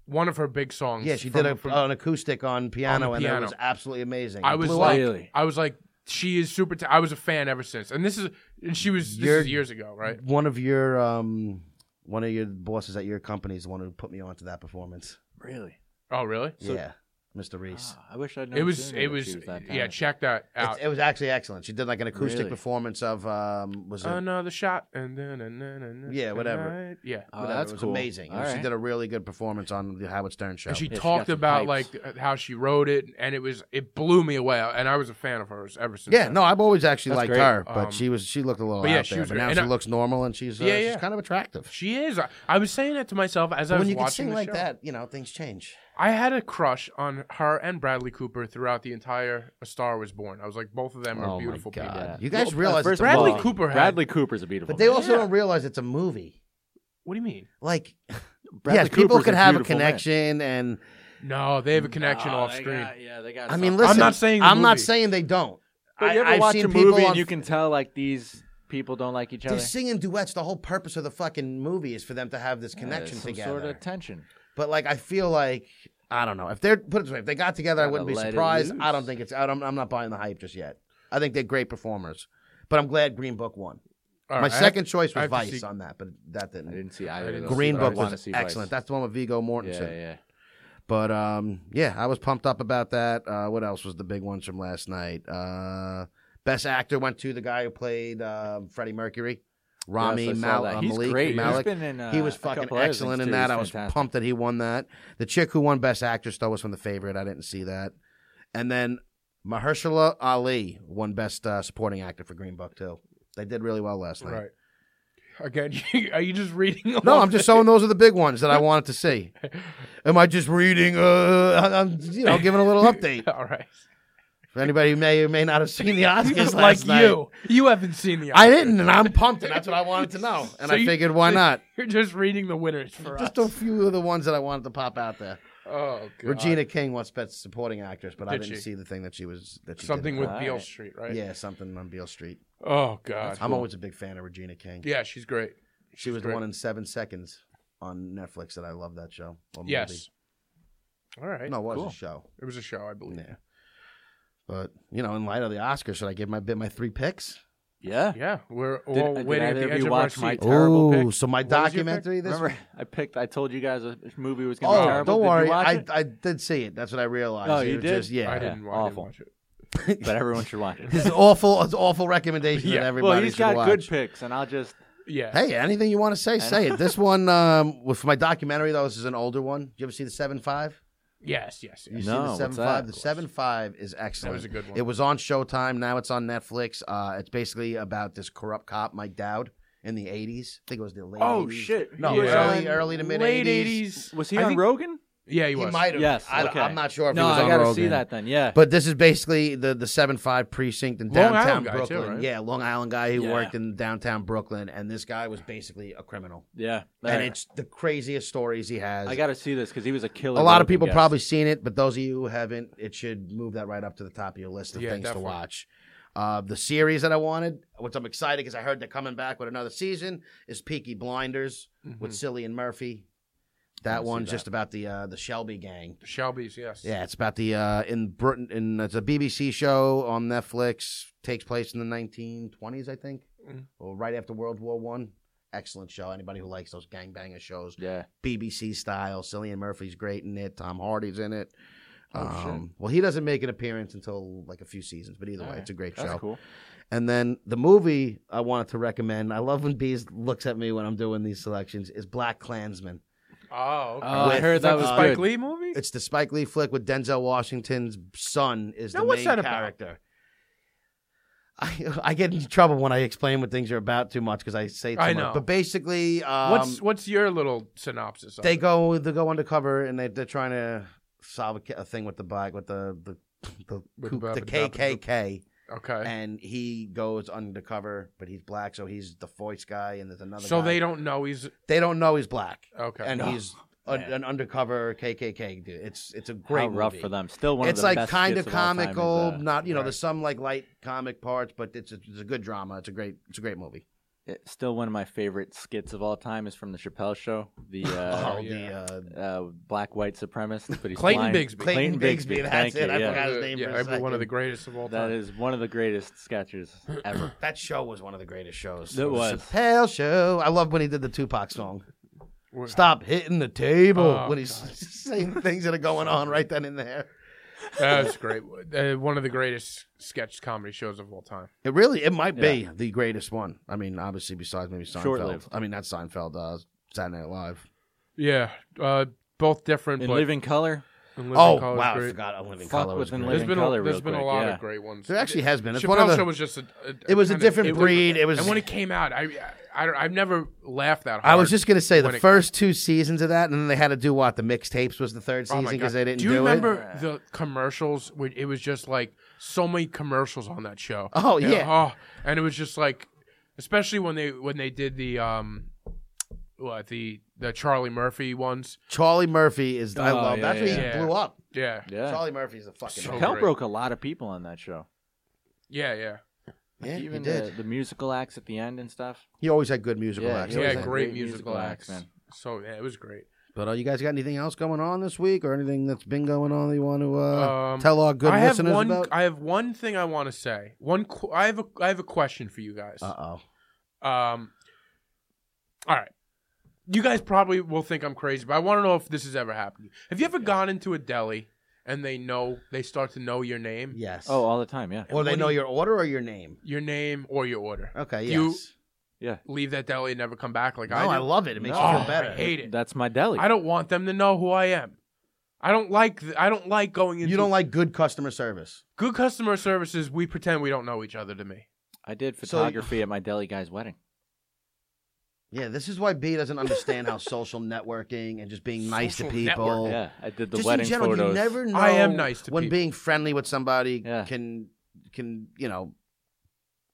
one of her big songs. yeah. She from- did a, from- an acoustic on piano, and piano. it was absolutely amazing. I It was blew like, up. Really? I was like, she is super. ta- I was a fan ever since, and this is. And she was this You're- is years ago, right? one of your um, one of your bosses at your company is the one who put me onto that performance. really, Oh, really? yeah, Mr. Reese. Ah, I wish I'd known. It was. sooner It that was. she that yeah, talented. check that out. It's- it was actually excellent. She did like an acoustic Really? performance of um, was it Another shot, and then and then and then Yeah, whatever. tonight. Yeah. Oh, whatever. that's it was cool. amazing. All she right. did a really good performance on the Howard Stern show. And she she got talked some about pipes. like uh, how she wrote it, and it was it blew me away. And I was a fan of hers ever since. yeah, then. no, I've always actually That's liked great. her, but Um, she was she looked a little but out yeah, she there. was But great. now And she I- looks normal and she's uh, Yeah, she's yeah. kind of attractive. she is. I, I was saying that to myself as I But was when you can watching sing the like show. that, you know things change. I had a crush on her and Bradley Cooper throughout the entire A Star Was Born. I was like, both of them are oh beautiful my god, people. you guys Well, realize it's first a of Bradley all, movie. Cooper had- Bradley Cooper's a beautiful. but they man. also Oh, Yeah. don't realize it's a movie. What do you mean? Like Bradley yes, people Cooper's could have a beautiful man. connection, and No, they have a connection No, off Mm. they screen. got- yeah, they got. I mean, something. listen, not saying the I'm not movie. saying they don't. But you I, ever I've watch seen a movie people and on you can tell like these people don't like each other. They're singing duets. The whole purpose of the fucking movie is for them to have this connection some together. sort of tension. but like, I feel like I don't know if they're put it this way. If they got together, I Gotta wouldn't be let it surprised. loose. I don't think it's. I don't, I'm not buying the hype just yet. I think they're great performers, but I'm glad Green Book won. All My right, I have- second choice I was have to Vice see- on that, but that I didn't. didn't see either. didn't see of those, Green but I Book wanna was see Vice. excellent. That's the one with Vigo Yeah, Mortensen. yeah. But um, yeah, I was pumped up about that. Uh, what else was the big ones from last night? Uh, best actor went to the guy who played um, Freddie Mercury, Rami Yes, I saw Mal- that. uh, He's Malik great. Malik. He's been in, uh, he was a fucking couple other excellent in things, too. that. He's I was fantastic. pumped that he won that. The chick who won Best Actress though was from The Favorite. I didn't see that. And then Mahershala Ali won Best uh, Supporting Actor for Green Book too. They did really well last night. Right. Again, are you just reading? No, off I'm just showing those are the big ones that I wanted to see. Am I just reading? Uh, I- I'm you know giving a little update. All right. For anybody who may or may not have seen the Oscars like last night. you, you haven't seen the. I Oscars. didn't, and I'm pumped, and that's what I wanted to know. And So I you- figured, why so not? You're just reading the winners for Just a us. few of the ones that I wanted to pop out there. Oh, God. Regina King was best supporting actress, but I Did didn't she? see the thing that she was that she did. Something with All Beale right. Street, right? yeah, something on Beale Street. Oh God. I'm always a big fan of Regina King. Yeah, she's great. she was great. the one in Seven Seconds on Netflix that I love that show. or movie. Yes. All right. no, it was Cool. a show. It was a show, I believe. Yeah, but you know, in light of the Oscars, should I give my bit my three picks? Yeah. Yeah, we're Did- all did waiting at either the of edge you of our watch my Oh, seat. Terrible pick. so my What was your pick? documentary this Remember, I picked. I told you guys a movie was gonna Oh, be don't terrible. Did you worry. watch I, it? I did see it. That's what I realized. Oh, It you was did? Just, yeah. I It's didn't, wa- I didn't awful. watch it. but everyone should watch it. awful. It's awful recommendation Yeah. that Well, everybody well, he's should got watch. good picks, and I'll just Yeah. Hey, anything you want to say, say it. This one um, with my documentary though, this is an older one. Did you ever see the seven five? Yes, yes, You yes. see No, the what's seven that? five? The seven five is excellent. was a good one. It was on Showtime. Now it's on Netflix. Uh, it's basically about this corrupt cop, Mike Dowd, in the eighties. I think it was the late. Oh 80s. shit! No, He was yeah. early, on- early to mid Late eighties. eighties. Was he I on think- Rogan? Yeah, he He was. might have. Yes, I, okay. I'm not sure if No, he was I on gotta Rogan. see that then. Yeah. But this is basically the the seven five precinct in Long Island downtown guy, too, Brooklyn. right? Yeah, Long Island guy who Yeah. worked in downtown Brooklyn, and this guy was basically a criminal. yeah. And Alright. it's the craziest stories he has. I gotta see this because he was a killer. a lot of Rogan people guest. probably seen it, but those of you who haven't, it should move that right up to the top of your list of Yeah, things definitely. to watch. Uh, the series that I wanted, which I'm excited because I heard they're coming back with another season, is Peaky Blinders with Mm-hmm. Cillian Murphy. That see one's that. just about the uh, the Shelby gang. Shelby's, yes. Yeah, it's about the uh, in Britain, and it's a BBC show on Netflix. Takes place in the 1920s, I think, Mhm. or right after World War One. Excellent show. Anybody who likes those gangbanger shows, Yeah. BBC style. Cillian Murphy's great in it. Tom Hardy's in it. Oh, shit. Um, well, he doesn't make an appearance until like a few seasons, but either way, Alright. it's a great That's show. cool. And then the movie I wanted to recommend. I love when Bees looks at me when I'm doing these selections. Is Black Klansman. Oh, okay. Oh, I With- heard that uh, was Spike good. Lee movie. It's the Spike Lee flick with Denzel Washington's son is Now, the what's main that about? character. I, I get in trouble when I explain what things are about too much because I say too I know. much. But basically, um, what's what's your little synopsis? Of they it? go they go undercover and they they're trying to solve a, ca- a thing with the black with the the the, With coup- the- the with the- KKK okay. and he goes undercover but he's black so he's the voice guy and there's another So guy. they don't know he's they don't know he's black okay. Oh, and No. he's a, Man. an undercover KKK dude it's it's a great How rough movie. for them. Still one it's of the like best kind skits of of all time is, comical uh, not you know right. there's some like light comic parts but it's a, it's a good drama it's a great it's a great movie it- still one of my favorite skits of all time is from the Chappelle Show. The uh, oh yeah. the uh, uh, black white supremacist, but he's Clayton blind. Bigsby. Clayton, Bigsby, that's Thank it you, I yeah. forgot his name yeah, for a one of second. the greatest of all That time. is one of the greatest sketches ever. That show was one of the greatest shows. It The was. Chappelle show. I love when he did the Tupac song. We're- Stop hitting the table Oh, when he's saying the things that are going on right then and there. That's great. Uh, one of the greatest sketch comedy shows of all time. It really, it might be the greatest one. I mean, obviously, besides maybe Seinfeld. Short-lived. I mean, not Seinfeld. Uh, Saturday Night Live. Yeah, uh, both different. In but Living Color, In Living oh Color is wow, I great. forgot. Oh, Living Fuck Color was within great. There's Living been Color a, there's real been a quick, lot yeah. of great ones. There actually has been. It's Chappelle one of Show the. was just a. a- It was a kinda- different it was- breed. It was. and when it came out, I, I have never laughed that hard. I was just gonna say the when it- first two seasons of that, and then they had to do what the mixtapes was the third Oh season my because God. they didn't do do, you remember it. the commercials? Where it was just like so many commercials on that show. Oh yeah, oh, and it was just like, especially when they when they did the um, what the the Charlie Murphy ones. Charlie Murphy is. I Oh, love. yeah, that's where he yeah. blew up. Yeah, yeah. Charlie Murphy's a fucking. So- man. Chappelle great. broke a lot of people on that show. yeah, yeah. Yeah, he Even did. The, the musical acts at the end and stuff. He always had good musical Yeah, acts. he yeah, always great, had great musical, musical acts. acts, man. So yeah, it was great. But uh, you guys got anything else going on this week, or anything that's been going on that you want to uh, Um, tell our good I have listeners one. about? I have one thing I want to say. One. Qu- I have a. I have a question for you guys. Uh oh. Um. All right. You guys probably will think I'm crazy, but I want to know if this has ever happened. Have you ever gone into a deli and they know they start to know your name, Yes. Oh, all the time, yeah. or they what do know you- your order or your name. your name or your order? Okay. Yes. You- Yeah. Leave that deli and never come back. Like no, I, do. I, love it. It makes No. you Oh, feel better. I hate it. That's my deli. I don't want them to know who I am. I don't like. Th- I don't like going into. you don't like good customer service. good customer services. We pretend we don't know each other. To me. I did So- photography at my deli guy's wedding. Yeah, this is why B doesn't understand how social networking and just being nice to Social people. network, Yeah, I did the just wedding in general, photos. you never know. I am nice to when people. being friendly with somebody Yeah. can can you know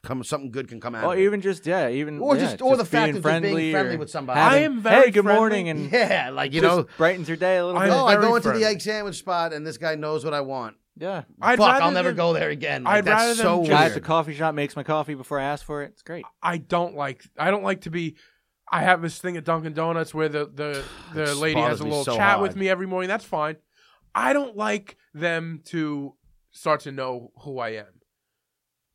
come something good can come out. Or of it. even just yeah, even or yeah, just or the fact being of just being friendly or with somebody. I having, am very hey, good friendly." morning, and yeah, like you just know, brightens your day a little I'm- bit. oh, I very go into friendly. the egg sandwich spot and this guy knows what I want. Yeah, I'd Fuck, rather I'll never than- go there again. Like, I'd that's rather than so just- guy at weird. the coffee shop makes my coffee before I ask for it. It's great. I don't like. I don't like to be. I have this thing at Dunkin' Donuts where the the, the It lady has bothers a me little so chat hard. with me every morning. That's fine. I don't like them to start to know who I am.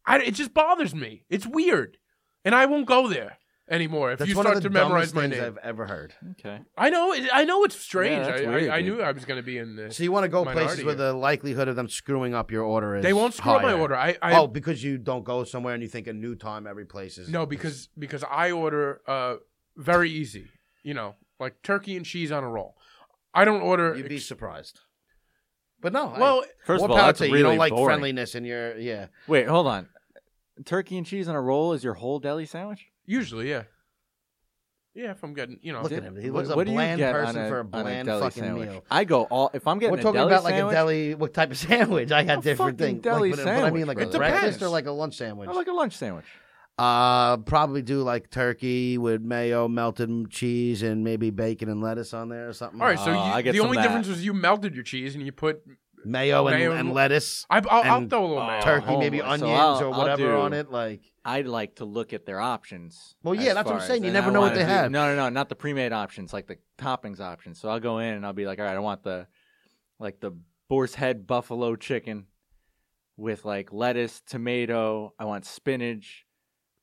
I, it just bothers me. It's weird, and I won't go there. anymore. If That's you one start of the to memorize dumbest my things name, I've ever heard. Okay. I know. it- I know it's strange. that's I, I- weird, I, dude. knew I was going to be in this. So you want to go places Minority where the likelihood of them screwing up your order is They won't screw up my higher. order. I, I oh, because you don't go somewhere and you think a new time every place is no because because I order uh very easy. You know, like turkey and cheese on a roll. I don't order. You'd be ex- surprised. But no, I- well, First What of all, power that's to you? really you don't like boring. friendliness in your yeah. Wait, hold on. Turkey and cheese on a roll is your whole deli sandwich? usually, yeah, yeah. If I'm getting, you know, Look Did- at him. He what- was a what do you bland get person on a- for a on bland deli fucking sandwich? meal. I go all if I'm getting We're a talking deli about like sandwich, a deli. What type of sandwich? I got A different fucking things. deli like, but- but I mean, sandwich, like bro. a It breakfast depends. or like a lunch sandwich. I like a lunch sandwich. Uh, probably do like turkey with mayo, melted m- cheese, and maybe bacon and lettuce on there or something. Uh, all right. So Oh, you, I get the some only of that. difference was you melted your cheese and you put. mayo and, Mayo and and- Oh, lettuce, I, I'll, I'll And uh, throw a little mayo. turkey, homeless. maybe So onions I'll- or I'll whatever do- on it. Like I'd like to look at their options. Well, yeah, as that's what I'm far saying. as- You and never I know what wanna they do- have. No, no, no, not the pre-made options, like the toppings options. So I'll go in and I'll be like, all right, I want the like the boar's head buffalo chicken with like lettuce, tomato. I want spinach,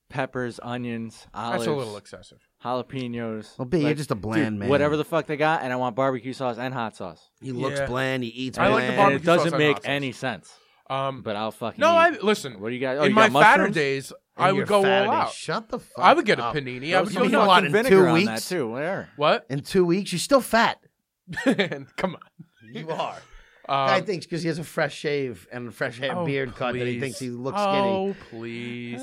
peppers, onions, olives, That's a little excessive. jalapenos. Well, B, you're like, just a bland dude, man. Whatever the fuck they got, and I want barbecue sauce and hot sauce. he looks Yeah. bland, he eats I bland. like the and it barbecue sauce doesn't and make hot sauce. any sense. Um, But I'll fucking no, I eat. listen. What do you got? Oh, in you my got fatter mushrooms? days, And I you're would go all fat and out. Shut the fuck. I would get a up. panini. I Throw would go some You fucking nuts. lot fucking in vinegar two on that weeks. too. Whatever. What? In two weeks, you're still fat. Come on. You are. Guy Um, thinks because he has a fresh shave and a fresh hair, oh, beard cut that he please. thinks he looks skinny. oh, please.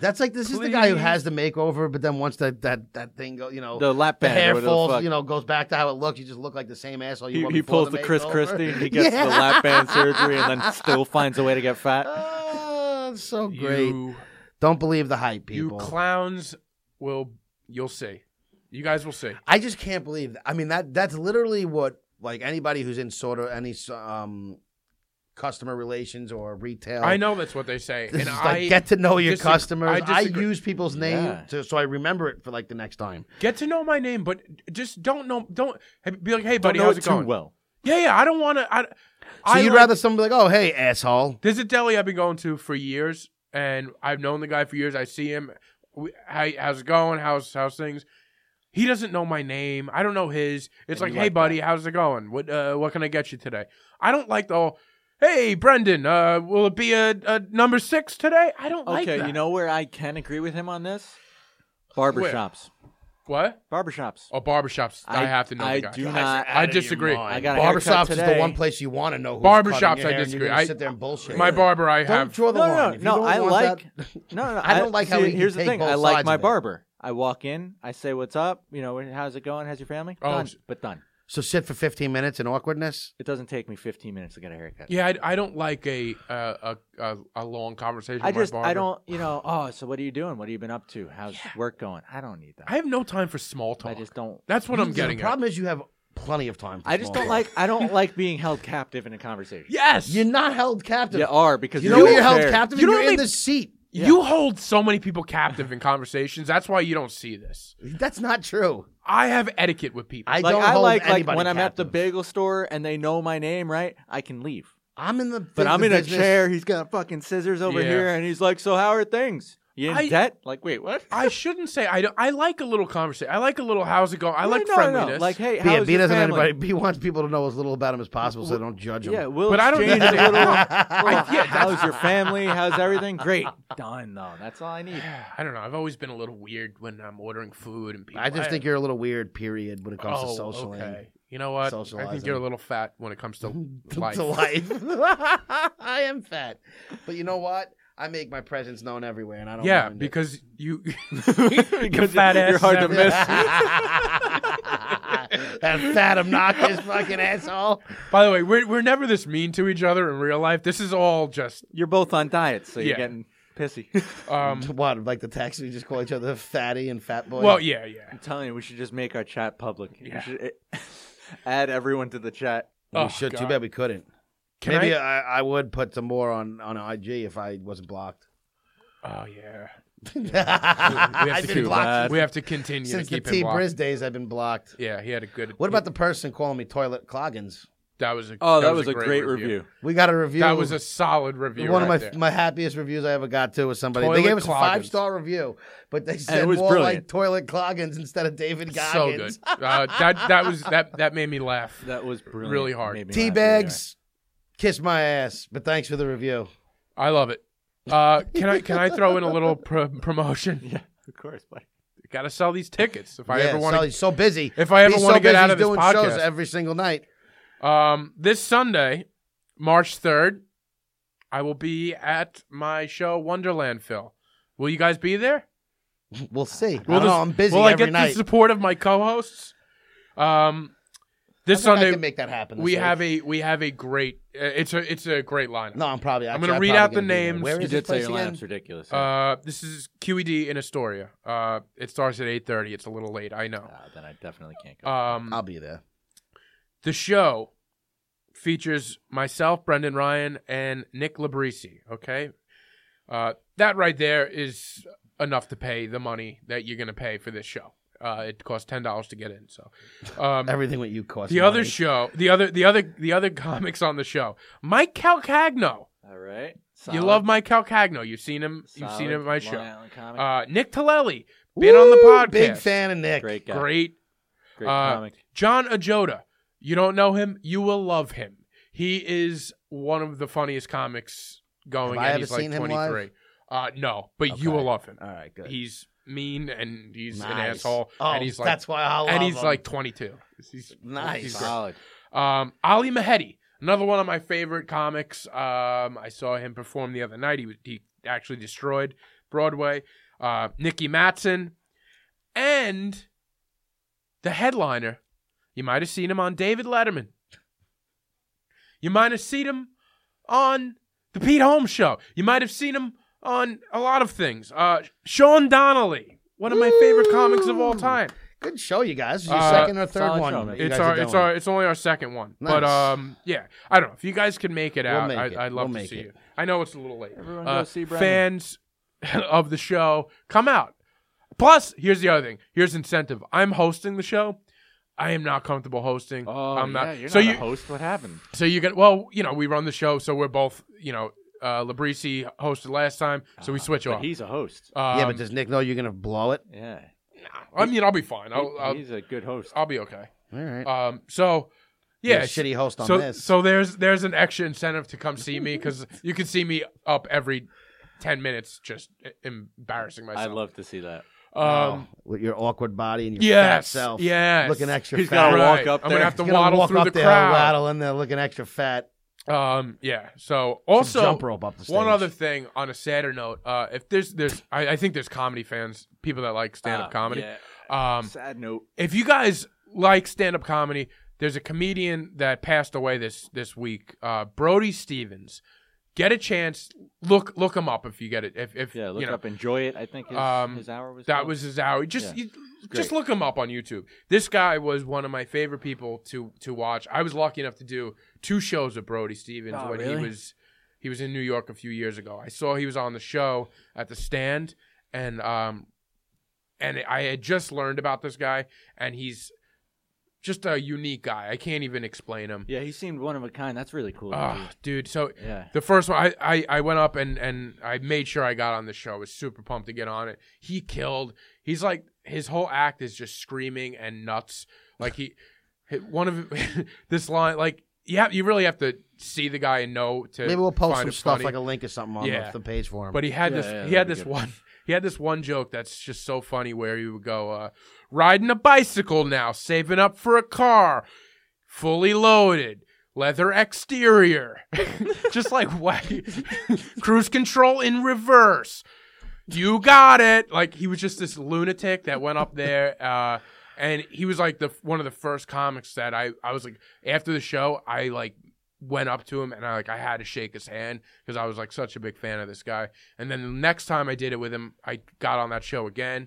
That's like this is the guy who please. has the makeover, but then once that that that thing go, you Oh, know, The lap the band. hair or whatever the falls, fuck. you know, goes back to how it looks. You just look like the same asshole you He, were he before pulls the, Chris makeover. Christie and he gets the lap band surgery and then still finds a way to get Uh, fat. Ah, it's so great. You, Don't believe the hype, you people. clowns will. You'll see. You guys will see. I just can't believe. That. I mean that that's literally what like anybody who's in sort of any um customer relations or retail. I know that's what they say, This and is I like get to know your disag- customers. I I, disagree. use people's name Yeah. to, so I remember it for like the next time. get to know my name, but just don't know. Don't hey, be like, hey, buddy, Don't know how's it it going? too well. Yeah, yeah. I don't want to. I, So I you'd like- rather someone be like, "Oh, hey, asshole." There's a deli I've been going to for years, and I've known the guy for years. I see him. We, how, how's it going? How's how's things? He doesn't know my name. I don't know his. It's And like, you hey, like buddy, how's it going? What uh, what can I get you today? I don't like the whole, hey, Brendan, uh, will it be a, a number six today? I don't like Okay, that. you know where I can agree with him on this? Barbershops. what? Barbershops. Oh, barbershops. I, I- have to know I the guy. do not- I disagree. I got a haircut Barbershops is the today. one place you want to know. Who's Barbershops, cutting your I hair, and disagree. You're gonna I- sit there and bullshit. My barber, I Don't have. draw the no, line. no, If you no, don't I want like. that- No, no, no. I don't like how see, we can Here's the take thing. both I like sides my of it. barber. I walk in. I say, "What's up? You know, how's it going? How's your family?" Oh, done. s- But done. So sit for 15 minutes in awkwardness. It doesn't take me 15 minutes to get a haircut. Yeah, I, I don't like a, uh, a a a long conversation. I with my just, I barber. don't, you know. Oh, so what are you doing? What have you been up to? How's work going? I don't need that. I have no time for small I talk. just don't. That's what I'm getting The at. problem is you have plenty of time. for I just small don't talk. like. I don't like being held captive in a conversation. Yes. You're not held captive. You are because You know where you're held there. captive? You You are don't in leave- the seat. You hold so many people captive in conversations. That's why you don't see this. That's not true. I have etiquette with people. I Like don't I hold like like anybody when I'm at the captive. bagel store and they know my name, right? I can leave. I'm in the. But I'm the in business- a chair. He's got fucking scissors over Yeah. here, and he's like, "So how are things? You in I- debt?" Like, wait, what? I shouldn't say I don't. I like a little conversation. I like a little how's it going. I No, like no, no, no. friendliness. Like, hey, B, how's B your doesn't family? anybody. B wants people to know as little about him as possible, so they don't judge him. Yeah, we'll But I don't exchange a need to- little. I- yeah, that's- how's your family? How's everything? Great, done though. That's all I need. I don't know. I've always been a little weird when I'm ordering food and people. I just think you're a little weird. Period. When it comes to oh, social okay. You know what? I think Socializing. you're a little fat when it comes to life. to life. I am fat, but you know what? I make my presence known everywhere, and I don't. Yeah, mind it. because you. Because fat you're ass hard to never- miss. that fat obnoxious fucking asshole. By the way, we're we're never this mean to each other in real life. This is all just You're both on diets, so Yeah. you're getting pissy. um. What? Like the text we just call each other fatty and fat boy. Well, yeah, yeah. I'm telling you, we should just make our chat public. We Yeah. should, eh, add everyone to the chat. we Oh, should. Too God. bad we couldn't. Can Maybe I- I, I would put some more on on IG if I wasn't blocked. Oh yeah. We have, I've to been keep, blocked we have to continue since to the keep T him blocked. Briz days. I've been blocked. Yeah, he had a good. What about the person calling me toilet cloggins? That was a Oh, that, was, a great, review. We got a review. That was a solid review. right one of my there. my happiest reviews I ever got to was somebody. Toilet they gave us a Cloggins. five star review, but they said was more like brilliant. toilet cloggins instead of David so good. Goggins. Uh, that that was that that made me laugh. That was brilliant. Really hard. Made me Tea laugh. bags, kiss my ass. But thanks for the review. I love it. Uh, can I can I throw in a little pro promotion? Yeah, of course. But Got to sell these tickets if I yeah, ever Sully's want so busy. If I ever He's wanna so get busy, out he's of this doing shows podcast. every single night. to. Um, this Sunday, March third, I will be at my show Wonderland. Phil, will you guys be there? We'll see. Will I don't this- know, I'm busy Will I every get night. the support of my co-hosts? Um, I this think I Sunday can make that happen. this we week. have a we have a great. uh, It's a it's a great lineup. No, I'm probably. I'm actually- gonna read probably out the gonna be there. names. Where you is this did say place your again? lineup's ridiculous. yeah. Uh, this is QED in Astoria. Uh, it starts at 8:30. It's a little late, I know. Ah, then I definitely can't go. Um, I'll be there. the show features myself, Brendan Ryan, and Nick Labrisi. Okay, uh, that right there is enough to pay the money that you're gonna pay for this show. Uh, it costs ten dollars to get in. So, um, Everything what you cost. the other money. show, the other, the other, the other comics on the show, Mike Calcagno. All right. You Solid. love Mike Calcagno. You've seen him. you've Solid seen him at my Long show. Island comic. Uh, Nick Tellelli been on the Woo! podcast. Big fan of Nick. great guy. Great Great Uh, comic. John Ajota. You don't know him, you will love him. He is one of the funniest comics going. Have I and ever he's like seen him 23. live? Uh, no, but you Okay. will love him. All right, good. He's mean and he's an Nice. asshole, Oh, and he's like, that's why I love and he's him. like 22. He's Nice. He's great. Solid. Um, Ali Mahedi, another one of my favorite comics. Um, I saw him perform the other night. He was- he actually destroyed Broadway. Uh, Nikki Matson, and the headliner. You might have seen him on David Letterman. You might have seen him on the Pete Holmes show. You might have seen him on a lot of things. Uh, Sean Donnelly, one of my favorite comics of all Woo! time. Good show, you guys. This is Your Uh, second or third solid one. show, man. that you It's guys our, are it's doing. our, it's only our second one, but Nice. um, yeah, I don't know if you guys can make it We'll out. make I, it. I'd love We'll to make see it. you. I know it's a little late. Everyone Uh, go see Brendan. fans of the show, come out. Plus, here's the other thing. Here's incentive. I'm hosting the show. I am not comfortable hosting. Oh, I'm yeah, not. You're so not you, a host. What happened? so you get well. You know, we run the show, so we're both. You know, uh, Labrisi hosted last time, so we switch But off. he's a host. Um, Ah, yeah, but does Nick know you're gonna blow it? Yeah. I mean, I'll be fine. He- I'll, I'll, he's a good host. I'll be okay. All right. Um, so You're yeah, a shitty host on so, this. So there's there's an extra incentive to come see me because you can see me up every ten minutes, just e- embarrassing myself. I'd love to see that. Um, Oh, with your awkward body and your fat yes, self. yes. Looking extra He's fat. gotta Right. walk up I'm there. gonna have to He's gonna waddle walk through up the there, crowd. waddle in there, looking extra fat. Um, yeah. So Also, also, jump rope up the stage. One other thing on a sadder note, uh, if there's there's I, I think there's comedy fans, people that like stand up Ah, comedy. yeah. Um, Sad note. if you guys like stand up comedy, there's a comedian that passed away this this week, uh, Brody Stevens. Get a chance, look look him up if you get it. If if Yeah, look you know, up, enjoy it. I think his, Um, his hour was. that called. was his hour. Just Yeah. you, just look him up on YouTube. This guy was one of my favorite people to to watch. I was lucky enough to do two shows with Brody Stevens Oh, when really? he was he was in New York a few years ago. I saw he was on the show at the stand and um and I had just learned about this guy and he's just a unique guy. I can't even explain him. Yeah, he seemed one of a kind. That's really cool. Ah, dude, so dude. Yeah. the first one, I, I, I went up and, and I made sure I got on the show. I was super pumped to get on it. He killed. He's like his whole act is just screaming and nuts. Like he, he- one of this line, like you have, you really have to see the guy and know to. Maybe we'll post find some it stuff funny. like a link or something on Yeah. the, the page for him. But he had Yeah, this. yeah, he had that'd be this good. one. He had this one joke that's just so funny where he would go, uh, "Riding a bicycle now, saving up for a car, fully loaded, leather exterior, just like what, cruise control in reverse. You got it." Like he was just this lunatic that went up there. Uh, and he was like the one of the first comics that I, I was like after the show I like went up to him and I like I had to shake his hand because I was like such a big fan of this guy. And then the next time I did it with him, I got on that show again,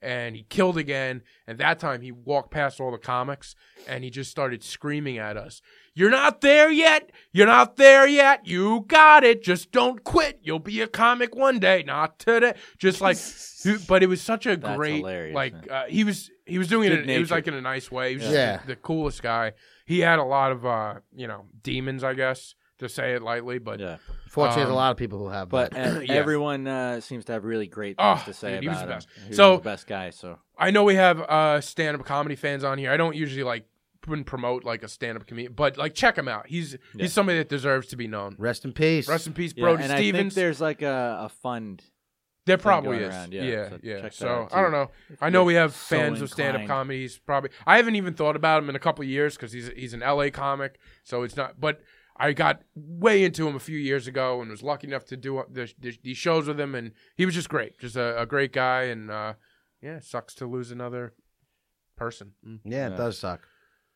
and he killed again. And that time he walked past all the comics and he just started screaming at us, You're not there yet. You're not there yet. You got it. Just don't quit. You'll be a comic one day. Not today. Just like, dude, but it was such a That's great, hilarious, like, man. uh, he was, he was doing it. Good It was natured. like in a nice way. He was just Yeah. the, the coolest guy. He had a lot of, uh, you know, demons, I guess, to say it lightly, but Yeah. Fortunately, there's a Um, lot of people who have. But that. uh, Yeah. everyone uh, seems to have really great Oh, things to say dude, about he was the him. best. He was So- the best guy. So I know we have uh, stand up comedy fans on here. I don't usually like p- and promote like a stand up comedian, but like check him out. He's Yeah. he's somebody that deserves to be known. rest in peace. Rest in peace, yeah, Brody and I think Stevens. There there's like a, a fund. probably going is. around, yeah, yeah, yeah. So, so check that out, I don't know. I know you're we have so fans of stand up inclined. comedies. Probably I haven't even thought about him in a couple of years because he's he's an L.A. comic, so it's not. But I got way into him a few years ago and was lucky enough to do uh, the, the, these shows with him, and he was just great, just a, a great guy. And uh, yeah, sucks to lose another person. Mm. yeah, it Yeah. does suck.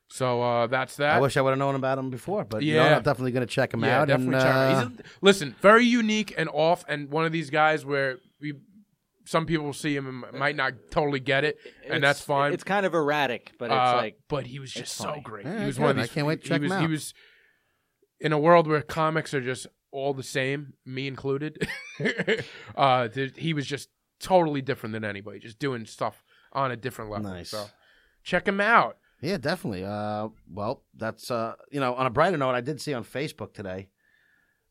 So uh, that's that. I wish I would have known about him before, but yeah, Yeah. I'm definitely going to check him yeah, out. definitely. and, check him out. uh, He's a- listen, very unique and off, and one of these guys where we some people will see him and m- might not totally get it, and that's It's- fine. It's kind of erratic, but it's Uh, like but he was just so funny. great. Yeah, he was good. one of I these. can't wait to he check him was, He out. was in a world where comics are just all the same, me included. uh, th- he was just totally different than anybody, just doing stuff on a different level. Nice. So check him out. yeah, definitely. Uh, well, that's uh, you know, on a brighter note, I did see on Facebook today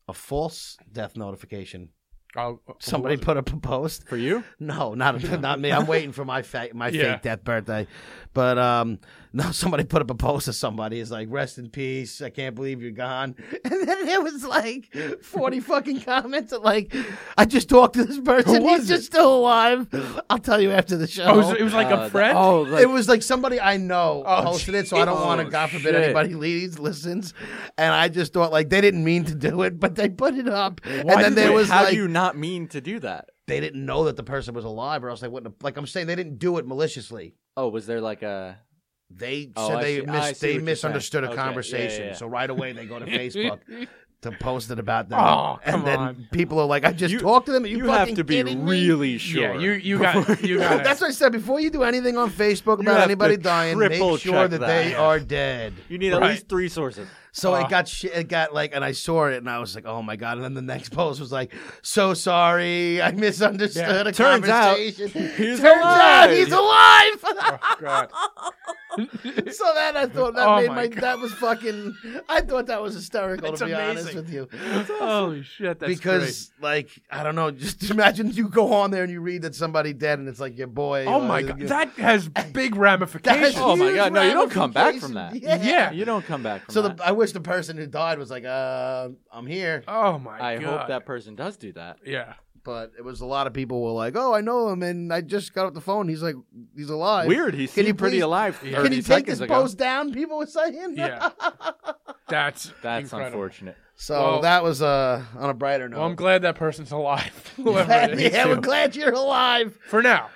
a false death notification. I'll- Somebody Uh, who was it? put up a post. for you. No, not not me. I'm waiting for my fa- my Yeah. fake death birthday. But um, no, somebody put up a post of somebody is like, "Rest in peace. I can't believe you're gone." And then it was like forty fucking comments. Of like, I just talked to this person. was He's just still alive. I'll tell you after the show. Oh, it was, it was like Uh, a the- friend. oh, like, It was like somebody I know Oh, posted it, so I don't geez. want to, Oh, God forbid, shit. anybody leads, listens. And I just thought, like, they didn't mean to do it, but they put it up. and Why then did- there wait, was how like, do you not mean to do that? they didn't know that the person was alive, or else they wouldn't have. Like, I'm saying they didn't do it maliciously. Oh, was there like a They Oh, said I they see. I mis- see what they you're misunderstood a saying. Okay. Yeah, yeah, conversation, yeah. so right away they go to Facebook to post it about them. Oh, come and then on. people are like, "I just You- talked to them." Are you, you, have fucking to be kidding me? really sure? Yeah, you you got you got That's what I said before. You do anything on Facebook about have anybody to dying, triple make sure check that, that. they are dead. You need Right. at least three sources. So Oh. it got shi it got like, and I saw it, and I was like, "Oh my god!" And then the next post was like, "So sorry, I misunderstood Yeah. a Turns out, conversation." he's Turns out alive. he's alive. Oh, God. so that I thought that Oh made my my God. that was fucking. I thought that was hysterical That's to be honest amazing. with you, Holy shit! That's because like I don't know, just imagine you go on there and you read that somebody dead, and it's like your boy. great. oh or- my god, that has big That's ramifications. Oh my huge God, no, you don't come back from that. ramifications. Yeah. Yeah. You don't come back from So that. the, I wish the person who died was like, uh, I'm here. oh my I god. hope that person does do that. Yeah. but it was a lot of people were like, "Oh, I know him," and I just got off the phone. He's like, "He's alive." Weird. He Can you seemed pretty please- alive. 30 Can you take seconds this ago. post down? People were saying, Yeah. That's That's incredible. unfortunate. So Well- that was uh, on a brighter note. Well, I'm glad that person's alive. Whoever Glad- it is. yeah, we're glad you're alive. For now.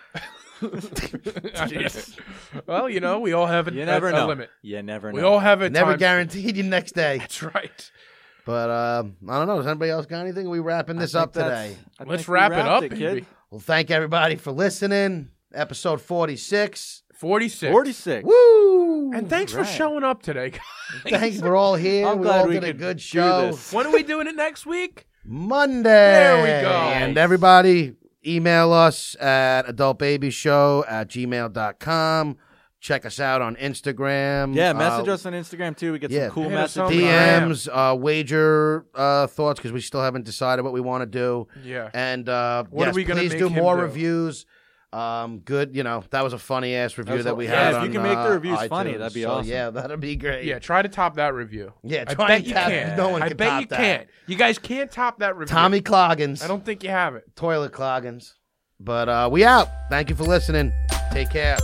Yes. well, you know, we all have a, You never a- a know. limit. You never know. We all have a Never time- guaranteed you next day. That's right. But uh, I don't know. Does anybody else got anything? Are we wrapping this I up think that's- today? I Let's think we wrap it wrapped up, kid. baby. Well, thank everybody for listening. Episode 46. Forty-six. Forty-six. Woo! And thanks for Right. showing up today. guys. Thanks. We're all here. I'm we glad all we did a could good do show. this. when are we doing it next week? Monday. There we go. And everybody, email us at adultbabyshow at gmail.com. Check us out on Instagram. Yeah, message Uh, us on Instagram too. We get yeah. some cool Hit us messages. up. DMs, uh, wager uh, thoughts, because we still haven't decided what we want to do. Yeah. And uh, What are yes, we gonna please make do him more do? reviews. Um, good, you know, that was a funny ass review that, That was a- we yeah, had. if you on, can make the uh, reviews funny, iTunes. that'd be So, awesome. Yeah, that'd be great. Yeah, try to top that review. Yeah, I try bet and you top- can't. no one I can bet top you that. can't. You guys can't top that review. Tommy Cloggins. I don't think you have it. toilet cloggins. But uh, we out. Thank you for listening. Take care.